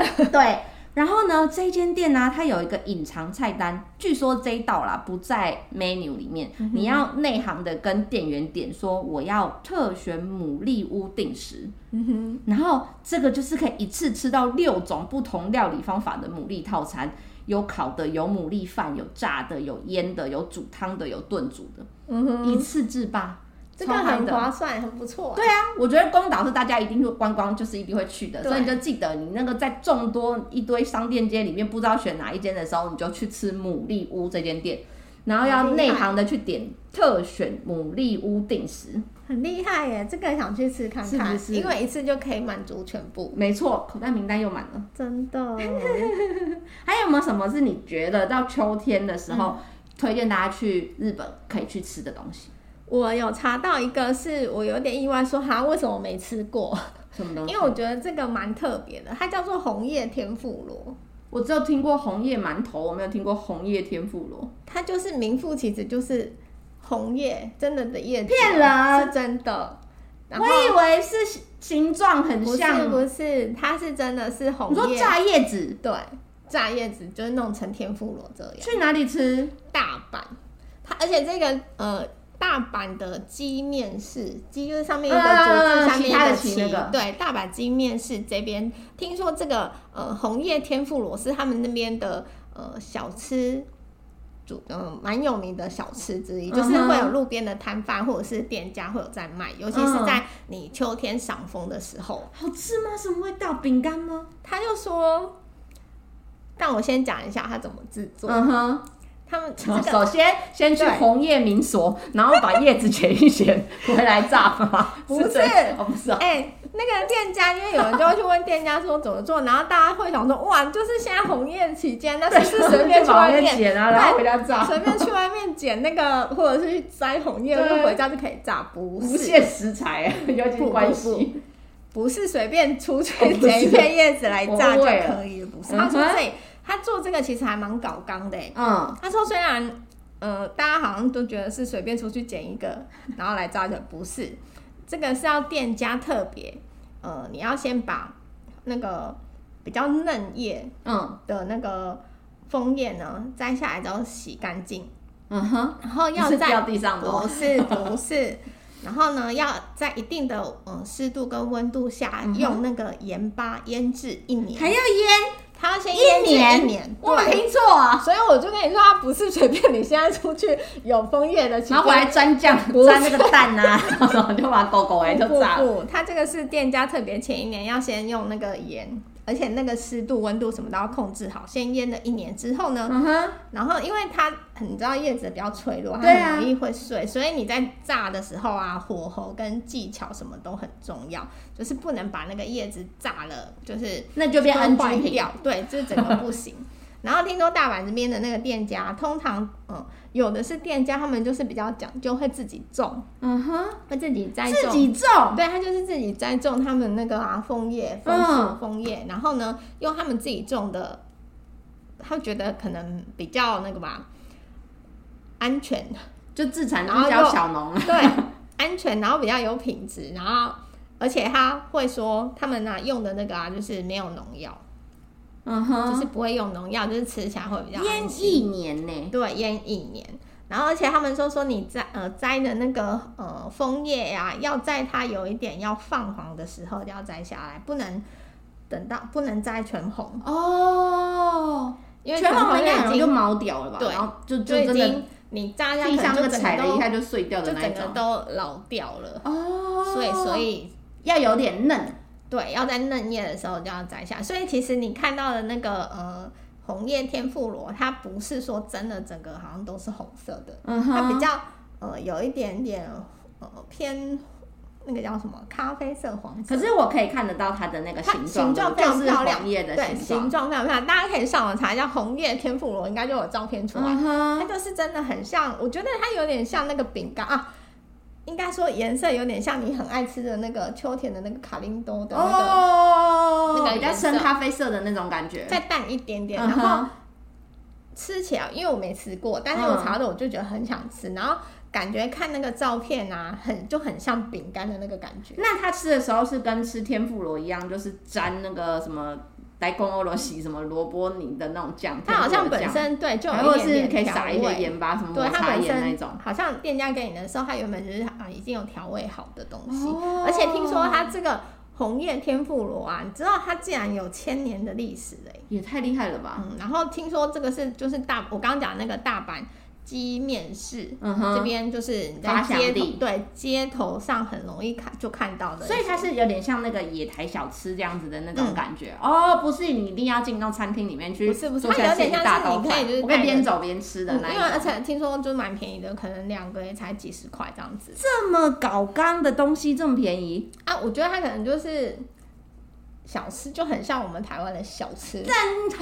[SPEAKER 2] 对不对？
[SPEAKER 1] 对，然后呢，这一间店呢、它有一个隐藏菜单，据说这一道啦不在 menu 里面，
[SPEAKER 2] 嗯
[SPEAKER 1] 你要内行的跟店员点说我要特选牡蛎屋定时，
[SPEAKER 2] 嗯哼，
[SPEAKER 1] 然后这个就是可以一次吃到六种不同料理方法的牡蛎套餐，有烤的，有牡蛎饭，有炸的，有腌的，有煮汤的，有炖煮的，
[SPEAKER 2] 嗯哼，
[SPEAKER 1] 一次制霸，
[SPEAKER 2] 这个
[SPEAKER 1] 超嗨
[SPEAKER 2] 很
[SPEAKER 1] 的
[SPEAKER 2] 划算，很不错。
[SPEAKER 1] 对啊，我觉得宫岛是大家一定会观光，就是一定会去的，
[SPEAKER 2] 对
[SPEAKER 1] 所以你就记得你那个在众多一堆商店街里面不知道选哪一间的时候，你就去吃牡蛎屋这间店，然后要内行的去点特选牡蛎屋定时。
[SPEAKER 2] 很厉害耶，这个想去吃看看，
[SPEAKER 1] 是不是
[SPEAKER 2] 因为一次就可以满足全部，
[SPEAKER 1] 没错，口袋名单又满了。
[SPEAKER 2] 真 的。
[SPEAKER 1] 还有没有什么是你觉得到秋天的时候、嗯推荐大家去日本可以去吃的东西？
[SPEAKER 2] 我有查到一个是我有点意外说，哈，为什么我没吃过？
[SPEAKER 1] 什么东西？
[SPEAKER 2] 因为我觉得这个蛮特别的，它叫做红叶天妇罗，
[SPEAKER 1] 我只有听过红叶馒头，我没有听过红叶天妇罗。
[SPEAKER 2] 它就是名副其实就是红叶，真的的叶子，啊
[SPEAKER 1] 骗人
[SPEAKER 2] 是真的。然后
[SPEAKER 1] 我以为是形形状很
[SPEAKER 2] 不
[SPEAKER 1] 像
[SPEAKER 2] 是，不是，它是真的是红
[SPEAKER 1] 你说
[SPEAKER 2] 叶，
[SPEAKER 1] 炸叶子
[SPEAKER 2] 对，炸叶子就是弄成天妇罗这样。
[SPEAKER 1] 去哪里吃？
[SPEAKER 2] 大阪，它而且这个呃大阪的鸡面是鸡就是上面一个竹
[SPEAKER 1] 嗯嗯嗯
[SPEAKER 2] 字，下面一
[SPEAKER 1] 其他的
[SPEAKER 2] 个
[SPEAKER 1] 旗
[SPEAKER 2] 旗，
[SPEAKER 1] 那个
[SPEAKER 2] 对，大阪鸡面是这边听说这个呃红叶天妇罗是他们那边的呃小吃。主嗯蛮有名的小吃之一，就是
[SPEAKER 1] 嗯哼
[SPEAKER 2] 会有路边的摊贩或者是店家会有在卖，
[SPEAKER 1] 嗯
[SPEAKER 2] 尤其是在你秋天赏枫的时候。
[SPEAKER 1] 好吃吗？什么味道？饼干吗？
[SPEAKER 2] 他就说，但我先讲一下他怎么制作。
[SPEAKER 1] 嗯哼，
[SPEAKER 2] 他们这个
[SPEAKER 1] 首先先去
[SPEAKER 2] 对
[SPEAKER 1] 红叶民所，然后把叶子剪一 剪回来炸吗？
[SPEAKER 2] 不是
[SPEAKER 1] 这样哦，不是哦，
[SPEAKER 2] 哎、那个店家，因为有人就会去问店家说怎么做，然后大家会想说，哇，就是现在红叶期间，但是是随便去
[SPEAKER 1] 把
[SPEAKER 2] 外
[SPEAKER 1] 红叶
[SPEAKER 2] 面
[SPEAKER 1] 剪啊，然后回家炸，
[SPEAKER 2] 随便去外面捡那个，或者是去摘红叶，
[SPEAKER 1] 对
[SPEAKER 2] 就回家就可以炸，不
[SPEAKER 1] 无
[SPEAKER 2] 是
[SPEAKER 1] 限食材，有点
[SPEAKER 2] 不
[SPEAKER 1] 关
[SPEAKER 2] 不
[SPEAKER 1] 系。
[SPEAKER 2] 不是随便出
[SPEAKER 1] 哦
[SPEAKER 2] 去
[SPEAKER 1] 不是
[SPEAKER 2] 捡一片叶子来炸
[SPEAKER 1] 我
[SPEAKER 2] 就
[SPEAKER 1] 会了
[SPEAKER 2] 可以了，不是？
[SPEAKER 1] 嗯
[SPEAKER 2] 他
[SPEAKER 1] 哼
[SPEAKER 2] 说这他做这个其实还蛮搞纲的、欸，
[SPEAKER 1] 嗯，
[SPEAKER 2] 他说虽然呃大家好像都觉得是随便出去捡一个然后来扎的，不是，这个是要店家特别呃你要先把那个比较嫩叶
[SPEAKER 1] 嗯
[SPEAKER 2] 的那个枫叶呢摘下来之后洗干净，
[SPEAKER 1] 嗯哼，
[SPEAKER 2] 然后要
[SPEAKER 1] 是
[SPEAKER 2] 在
[SPEAKER 1] 掉地上的
[SPEAKER 2] 不
[SPEAKER 1] 哦，
[SPEAKER 2] 是不是。然后呢，要在一定的嗯湿度跟温度下，
[SPEAKER 1] 嗯哼
[SPEAKER 2] 用那个盐巴腌制一年。
[SPEAKER 1] 还要腌？
[SPEAKER 2] 它要先
[SPEAKER 1] 一
[SPEAKER 2] 腌制
[SPEAKER 1] 年
[SPEAKER 2] 一年，
[SPEAKER 1] 我没
[SPEAKER 2] 对
[SPEAKER 1] 听错啊。
[SPEAKER 2] 所以我就跟你说，它不是随便你现在出去有枫叶的期间，
[SPEAKER 1] 然后回来沾酱，
[SPEAKER 2] 不是
[SPEAKER 1] 沾那个蛋啊， 然后就把狗狗哎就
[SPEAKER 2] 不
[SPEAKER 1] 炸了。
[SPEAKER 2] 不不，它这个是店家特别前一年要先用那个盐，而且那个湿度、温度什么都要控制好，先腌了一年之后呢，
[SPEAKER 1] 嗯哼，
[SPEAKER 2] 然后因为它你知道叶子比较脆弱，它
[SPEAKER 1] 对啊
[SPEAKER 2] 很容易会碎，所以你在炸的时候啊，火候跟技巧什么都很重要，就是不能把那个叶子炸了，就是
[SPEAKER 1] 那就变
[SPEAKER 2] 坏
[SPEAKER 1] NG 品。
[SPEAKER 2] 掉，对，这整个不行。 然后听说大阪这边的那个店家，通常嗯，有的是店家，他们就是比较讲究，会自己种，
[SPEAKER 1] 嗯哼，
[SPEAKER 2] 会自己栽
[SPEAKER 1] 自
[SPEAKER 2] 种。
[SPEAKER 1] 己种。
[SPEAKER 2] 对，他就是自己栽种他们那个啊枫叶、枫
[SPEAKER 1] 嗯
[SPEAKER 2] 树、枫叶，然后呢，用他们自己种的，他觉得可能比较那个吧，安全，
[SPEAKER 1] 就自产，
[SPEAKER 2] 然后
[SPEAKER 1] 就
[SPEAKER 2] 又
[SPEAKER 1] 叫小农了。
[SPEAKER 2] 对，安全，然后比较有品质，然后而且他会说他们呢、用的那个啊，就是没有农药。
[SPEAKER 1] 嗯
[SPEAKER 2] 就是
[SPEAKER 1] 哼，
[SPEAKER 2] 不会用农药，就是吃起来会比较
[SPEAKER 1] 腌
[SPEAKER 2] 安心
[SPEAKER 1] 一年呢，
[SPEAKER 2] 对，腌一年。然后，而且他们说说你摘呃摘的那个呃枫叶呀、要在它有一点要泛黄的时候就要摘下来，不能等到不能摘全红，
[SPEAKER 1] 哦，
[SPEAKER 2] 因为
[SPEAKER 1] 全部
[SPEAKER 2] 红
[SPEAKER 1] 应该
[SPEAKER 2] 就
[SPEAKER 1] 很容易
[SPEAKER 2] 已
[SPEAKER 1] 就
[SPEAKER 2] 经
[SPEAKER 1] 毛掉了吧？
[SPEAKER 2] 对
[SPEAKER 1] 然后就就
[SPEAKER 2] 就已
[SPEAKER 1] 真的
[SPEAKER 2] 经你扎下
[SPEAKER 1] 地上那个
[SPEAKER 2] 踩
[SPEAKER 1] 踩了一下就碎掉
[SPEAKER 2] 就
[SPEAKER 1] 的那一
[SPEAKER 2] 整个
[SPEAKER 1] 种。
[SPEAKER 2] 都老掉了。
[SPEAKER 1] 哦，
[SPEAKER 2] 所以，所以
[SPEAKER 1] 要有点嫩。
[SPEAKER 2] 对，要在嫩叶的时候就要摘下。所以其实你看到的那个呃红叶天妇罗，它不是说真的整个好像都是红色的，
[SPEAKER 1] 嗯
[SPEAKER 2] 它比
[SPEAKER 1] 哼，
[SPEAKER 2] 较呃有一点点呃偏那个叫什么咖啡色黄色，
[SPEAKER 1] 可是我可以看得到它的那个
[SPEAKER 2] 它
[SPEAKER 1] 形
[SPEAKER 2] 形
[SPEAKER 1] 状，
[SPEAKER 2] 状非
[SPEAKER 1] 就
[SPEAKER 2] 常
[SPEAKER 1] 是
[SPEAKER 2] 漂亮
[SPEAKER 1] 黄叶的
[SPEAKER 2] 对形
[SPEAKER 1] 状。
[SPEAKER 2] 状非常漂亮，大家可以上网查一下红叶天妇罗，应该就有照片出来。
[SPEAKER 1] 嗯
[SPEAKER 2] 它
[SPEAKER 1] 哼，
[SPEAKER 2] 就是真的很像，我觉得它有点像那个饼干啊，应该说颜色有点像你很爱吃的那个秋田的那个卡林多的那个，
[SPEAKER 1] 哦，
[SPEAKER 2] 那个
[SPEAKER 1] 比较
[SPEAKER 2] 颜色
[SPEAKER 1] 深咖啡色的那种感觉。
[SPEAKER 2] 再淡一点点，
[SPEAKER 1] 嗯
[SPEAKER 2] 然
[SPEAKER 1] 哼
[SPEAKER 2] 后吃起来，因为我没吃过，但是我
[SPEAKER 1] 嗯
[SPEAKER 2] 查到我就觉得很想吃，然后感觉看那个照片啊，很就很像饼干的那个感觉。
[SPEAKER 1] 那他吃的时候是跟吃天妇罗一样，就是沾那个什么莱公欧罗西什么萝卜泥的那种酱，
[SPEAKER 2] 它好像
[SPEAKER 1] 天妇罗
[SPEAKER 2] 本
[SPEAKER 1] 酱
[SPEAKER 2] 身对就
[SPEAKER 1] 还
[SPEAKER 2] 有
[SPEAKER 1] 或
[SPEAKER 2] 一
[SPEAKER 1] 者是可
[SPEAKER 2] 点
[SPEAKER 1] 以
[SPEAKER 2] 点调
[SPEAKER 1] 撒一些
[SPEAKER 2] 味，
[SPEAKER 1] 盐巴什么
[SPEAKER 2] 对
[SPEAKER 1] 抹
[SPEAKER 2] 它
[SPEAKER 1] 茶
[SPEAKER 2] 本
[SPEAKER 1] 盐那
[SPEAKER 2] 身
[SPEAKER 1] 种。
[SPEAKER 2] 好像店家给你的时候，它原本就是啊已经有调味好的东西，
[SPEAKER 1] 哦
[SPEAKER 2] 而且听说它这个红叶天妇罗啊，你知道它竟然有千年的历史嘞、
[SPEAKER 1] 也太厉害了吧！
[SPEAKER 2] 嗯，然后听说这个是就是大我刚刚讲那个大阪鸡面试。
[SPEAKER 1] 嗯
[SPEAKER 2] 这
[SPEAKER 1] 哼，
[SPEAKER 2] 边就是你
[SPEAKER 1] 发
[SPEAKER 2] 在
[SPEAKER 1] 祥
[SPEAKER 2] 街头
[SPEAKER 1] 地
[SPEAKER 2] 对街头上很容易看就看到的，
[SPEAKER 1] 所以它是有点像那个野台小吃这样子的那种感觉、哦，不是你一定要进到餐厅里面去，
[SPEAKER 2] 不是不是
[SPEAKER 1] 坐下来
[SPEAKER 2] 它有点
[SPEAKER 1] 吃一大
[SPEAKER 2] 像是你
[SPEAKER 1] 兜饭
[SPEAKER 2] 可以就是
[SPEAKER 1] 我可以
[SPEAKER 2] 带着
[SPEAKER 1] 边走边吃
[SPEAKER 2] 嗯
[SPEAKER 1] 的那一
[SPEAKER 2] 因为而
[SPEAKER 1] 种。
[SPEAKER 2] 且听说就蛮便宜的，可能两个也才几十块这样子
[SPEAKER 1] 这么搞刚的东西这么便宜，
[SPEAKER 2] 啊。我觉得它可能就是小吃，就很像我们台湾的小吃。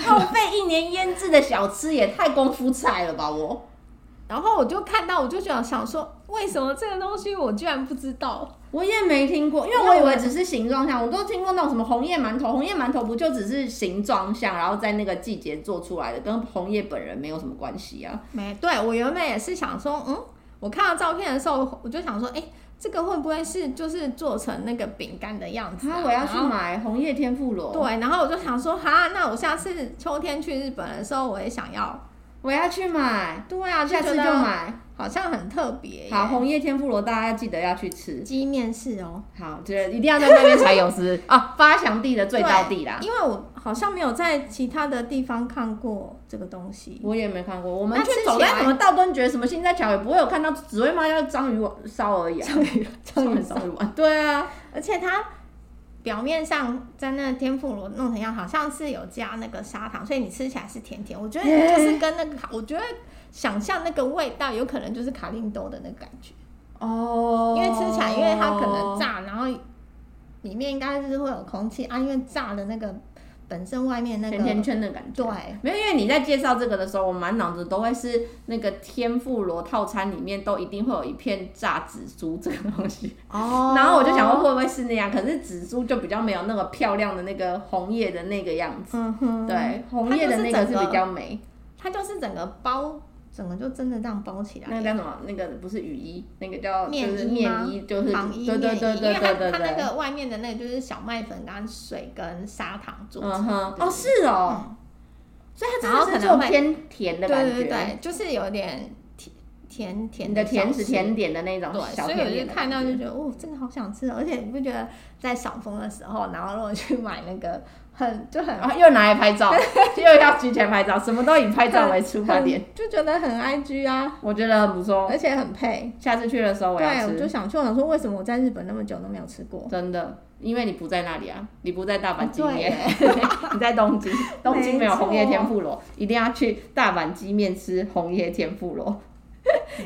[SPEAKER 1] 耗费一年腌制的小吃也太功夫菜了吧我。
[SPEAKER 2] 然后我就看到，我就想想说，为什么这个东西我居然不知道？
[SPEAKER 1] 我也没听过，因为我以为只是形状像，我都听过那种什么红叶馒头，红叶馒头不就只是形状像，然后在那个季节做出来的，跟红叶本人没有什么关系啊。
[SPEAKER 2] 没，对我原本也是想说，嗯，我看到照片的时候，我就想说，哎、这个会不会是就是做成那个饼干的样子、啊？
[SPEAKER 1] 啊，我要去
[SPEAKER 2] 然后
[SPEAKER 1] 买红叶天妇罗，
[SPEAKER 2] 对，然后我就想说，哈，那我下次秋天去日本的时候，我也想要。
[SPEAKER 1] 我要去买，
[SPEAKER 2] 对啊，
[SPEAKER 1] 下次就
[SPEAKER 2] 觉得
[SPEAKER 1] 买。
[SPEAKER 2] 好像很特别耶。
[SPEAKER 1] 好，红叶天妇罗大家记得要去吃。
[SPEAKER 2] 鸡面是哦，
[SPEAKER 1] 好，这一定要在那边才有 吃啊，发祥地的最高地啦。
[SPEAKER 2] 因为我好像没有在其他的地方看过这个东西。
[SPEAKER 1] 我也没看过，我们
[SPEAKER 2] 那
[SPEAKER 1] 去
[SPEAKER 2] 吃起
[SPEAKER 1] 走在
[SPEAKER 2] 来
[SPEAKER 1] 什么道顿崛、什么新在桥，也不会有看到，只会卖到章鱼丸烧而已、啊。章鱼
[SPEAKER 2] 章鱼烧
[SPEAKER 1] 章鱼丸，对啊，
[SPEAKER 2] 而且它表面上在那个天妇罗弄成样，好像是有加那个砂糖，所以你吃起来是甜甜。我觉得
[SPEAKER 1] 欸
[SPEAKER 2] 就是跟那个卡，我觉得想象那个味道，有可能就是卡令豆的那个感觉，
[SPEAKER 1] 哦
[SPEAKER 2] 因为吃起来，因为它可能炸，然后里面应该是会有空气啊，因为炸的那个本身外面那个
[SPEAKER 1] 甜甜圈的感觉。
[SPEAKER 2] 对。
[SPEAKER 1] 啊没有，因为你在介绍这个的时候，我满脑子都会是那个天妇罗套餐里面都一定会有一片炸紫苏这个东西，
[SPEAKER 2] 哦
[SPEAKER 1] 然后我就想说会不会是那样，可是紫苏就比较没有那个漂亮的那个红叶的那个样子，
[SPEAKER 2] 嗯哼，
[SPEAKER 1] 对，红叶的那个是比较美，
[SPEAKER 2] 它就是整个包，整个就真的这样包起
[SPEAKER 1] 那
[SPEAKER 2] 来。
[SPEAKER 1] 个叫什么？那个不是雨衣，那个叫
[SPEAKER 2] 面
[SPEAKER 1] 就是
[SPEAKER 2] 衣吗
[SPEAKER 1] 面衣，就是
[SPEAKER 2] 糖衣
[SPEAKER 1] 对对
[SPEAKER 2] 面衣
[SPEAKER 1] 对
[SPEAKER 2] 因为
[SPEAKER 1] 对
[SPEAKER 2] 它
[SPEAKER 1] 对对
[SPEAKER 2] 它那
[SPEAKER 1] 对。
[SPEAKER 2] 个外面的那个就是小麦粉跟水跟砂糖做
[SPEAKER 1] 嗯
[SPEAKER 2] 成
[SPEAKER 1] 哼，
[SPEAKER 2] 对
[SPEAKER 1] 哦是哦，
[SPEAKER 2] 嗯
[SPEAKER 1] 所以它
[SPEAKER 2] 然后
[SPEAKER 1] 真的
[SPEAKER 2] 可
[SPEAKER 1] 是
[SPEAKER 2] 能
[SPEAKER 1] 做
[SPEAKER 2] 会
[SPEAKER 1] 偏甜的
[SPEAKER 2] 对
[SPEAKER 1] 感
[SPEAKER 2] 对
[SPEAKER 1] 觉，
[SPEAKER 2] 对对，就是有点甜甜甜
[SPEAKER 1] 你的
[SPEAKER 2] 小
[SPEAKER 1] 甜食
[SPEAKER 2] 吃
[SPEAKER 1] 甜点的那种
[SPEAKER 2] 对，
[SPEAKER 1] 小
[SPEAKER 2] 所以
[SPEAKER 1] 甜
[SPEAKER 2] 我
[SPEAKER 1] 点的
[SPEAKER 2] 就看到
[SPEAKER 1] 感觉
[SPEAKER 2] 就觉得哦，这个好想吃哦，而且你不觉得在赏枫的时候，然后如果去买那个很就很
[SPEAKER 1] 然哦后又拿来拍照， 又要举起来拍照，什么都以拍照为出发 点，
[SPEAKER 2] 很就觉得很 IG 啊，
[SPEAKER 1] 我觉得很不错。
[SPEAKER 2] 而且很配。
[SPEAKER 1] 下次去的时候我
[SPEAKER 2] 对，
[SPEAKER 1] 要
[SPEAKER 2] 我
[SPEAKER 1] 吃
[SPEAKER 2] 就，想去，我想说为什么我在日本那么久都没有吃过？
[SPEAKER 1] 真的，因为你不在那里啊，你不在大阪
[SPEAKER 2] 哦
[SPEAKER 1] 鸡
[SPEAKER 2] 对
[SPEAKER 1] 面
[SPEAKER 2] 耶，
[SPEAKER 1] 你在东 京，东京没有
[SPEAKER 2] 没错
[SPEAKER 1] 红叶天妇罗，一定要去大阪鸡面吃红叶天妇罗。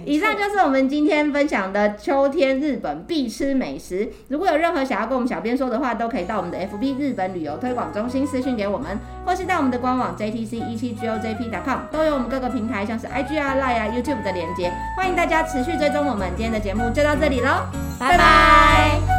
[SPEAKER 1] 以上就是我们今天分享的秋天日本必吃美食。如果有任何想要跟我们小编说的话，都可以到我们的 FB 日本旅游推广中心私讯给我们，或是到我们的官网 JTC 一七 GOJP.com，都有我们各个平台像是 IG 啊、Line 啊、YouTube 的连接。欢迎大家持续追踪我们。今天的节目就到这里喽，拜拜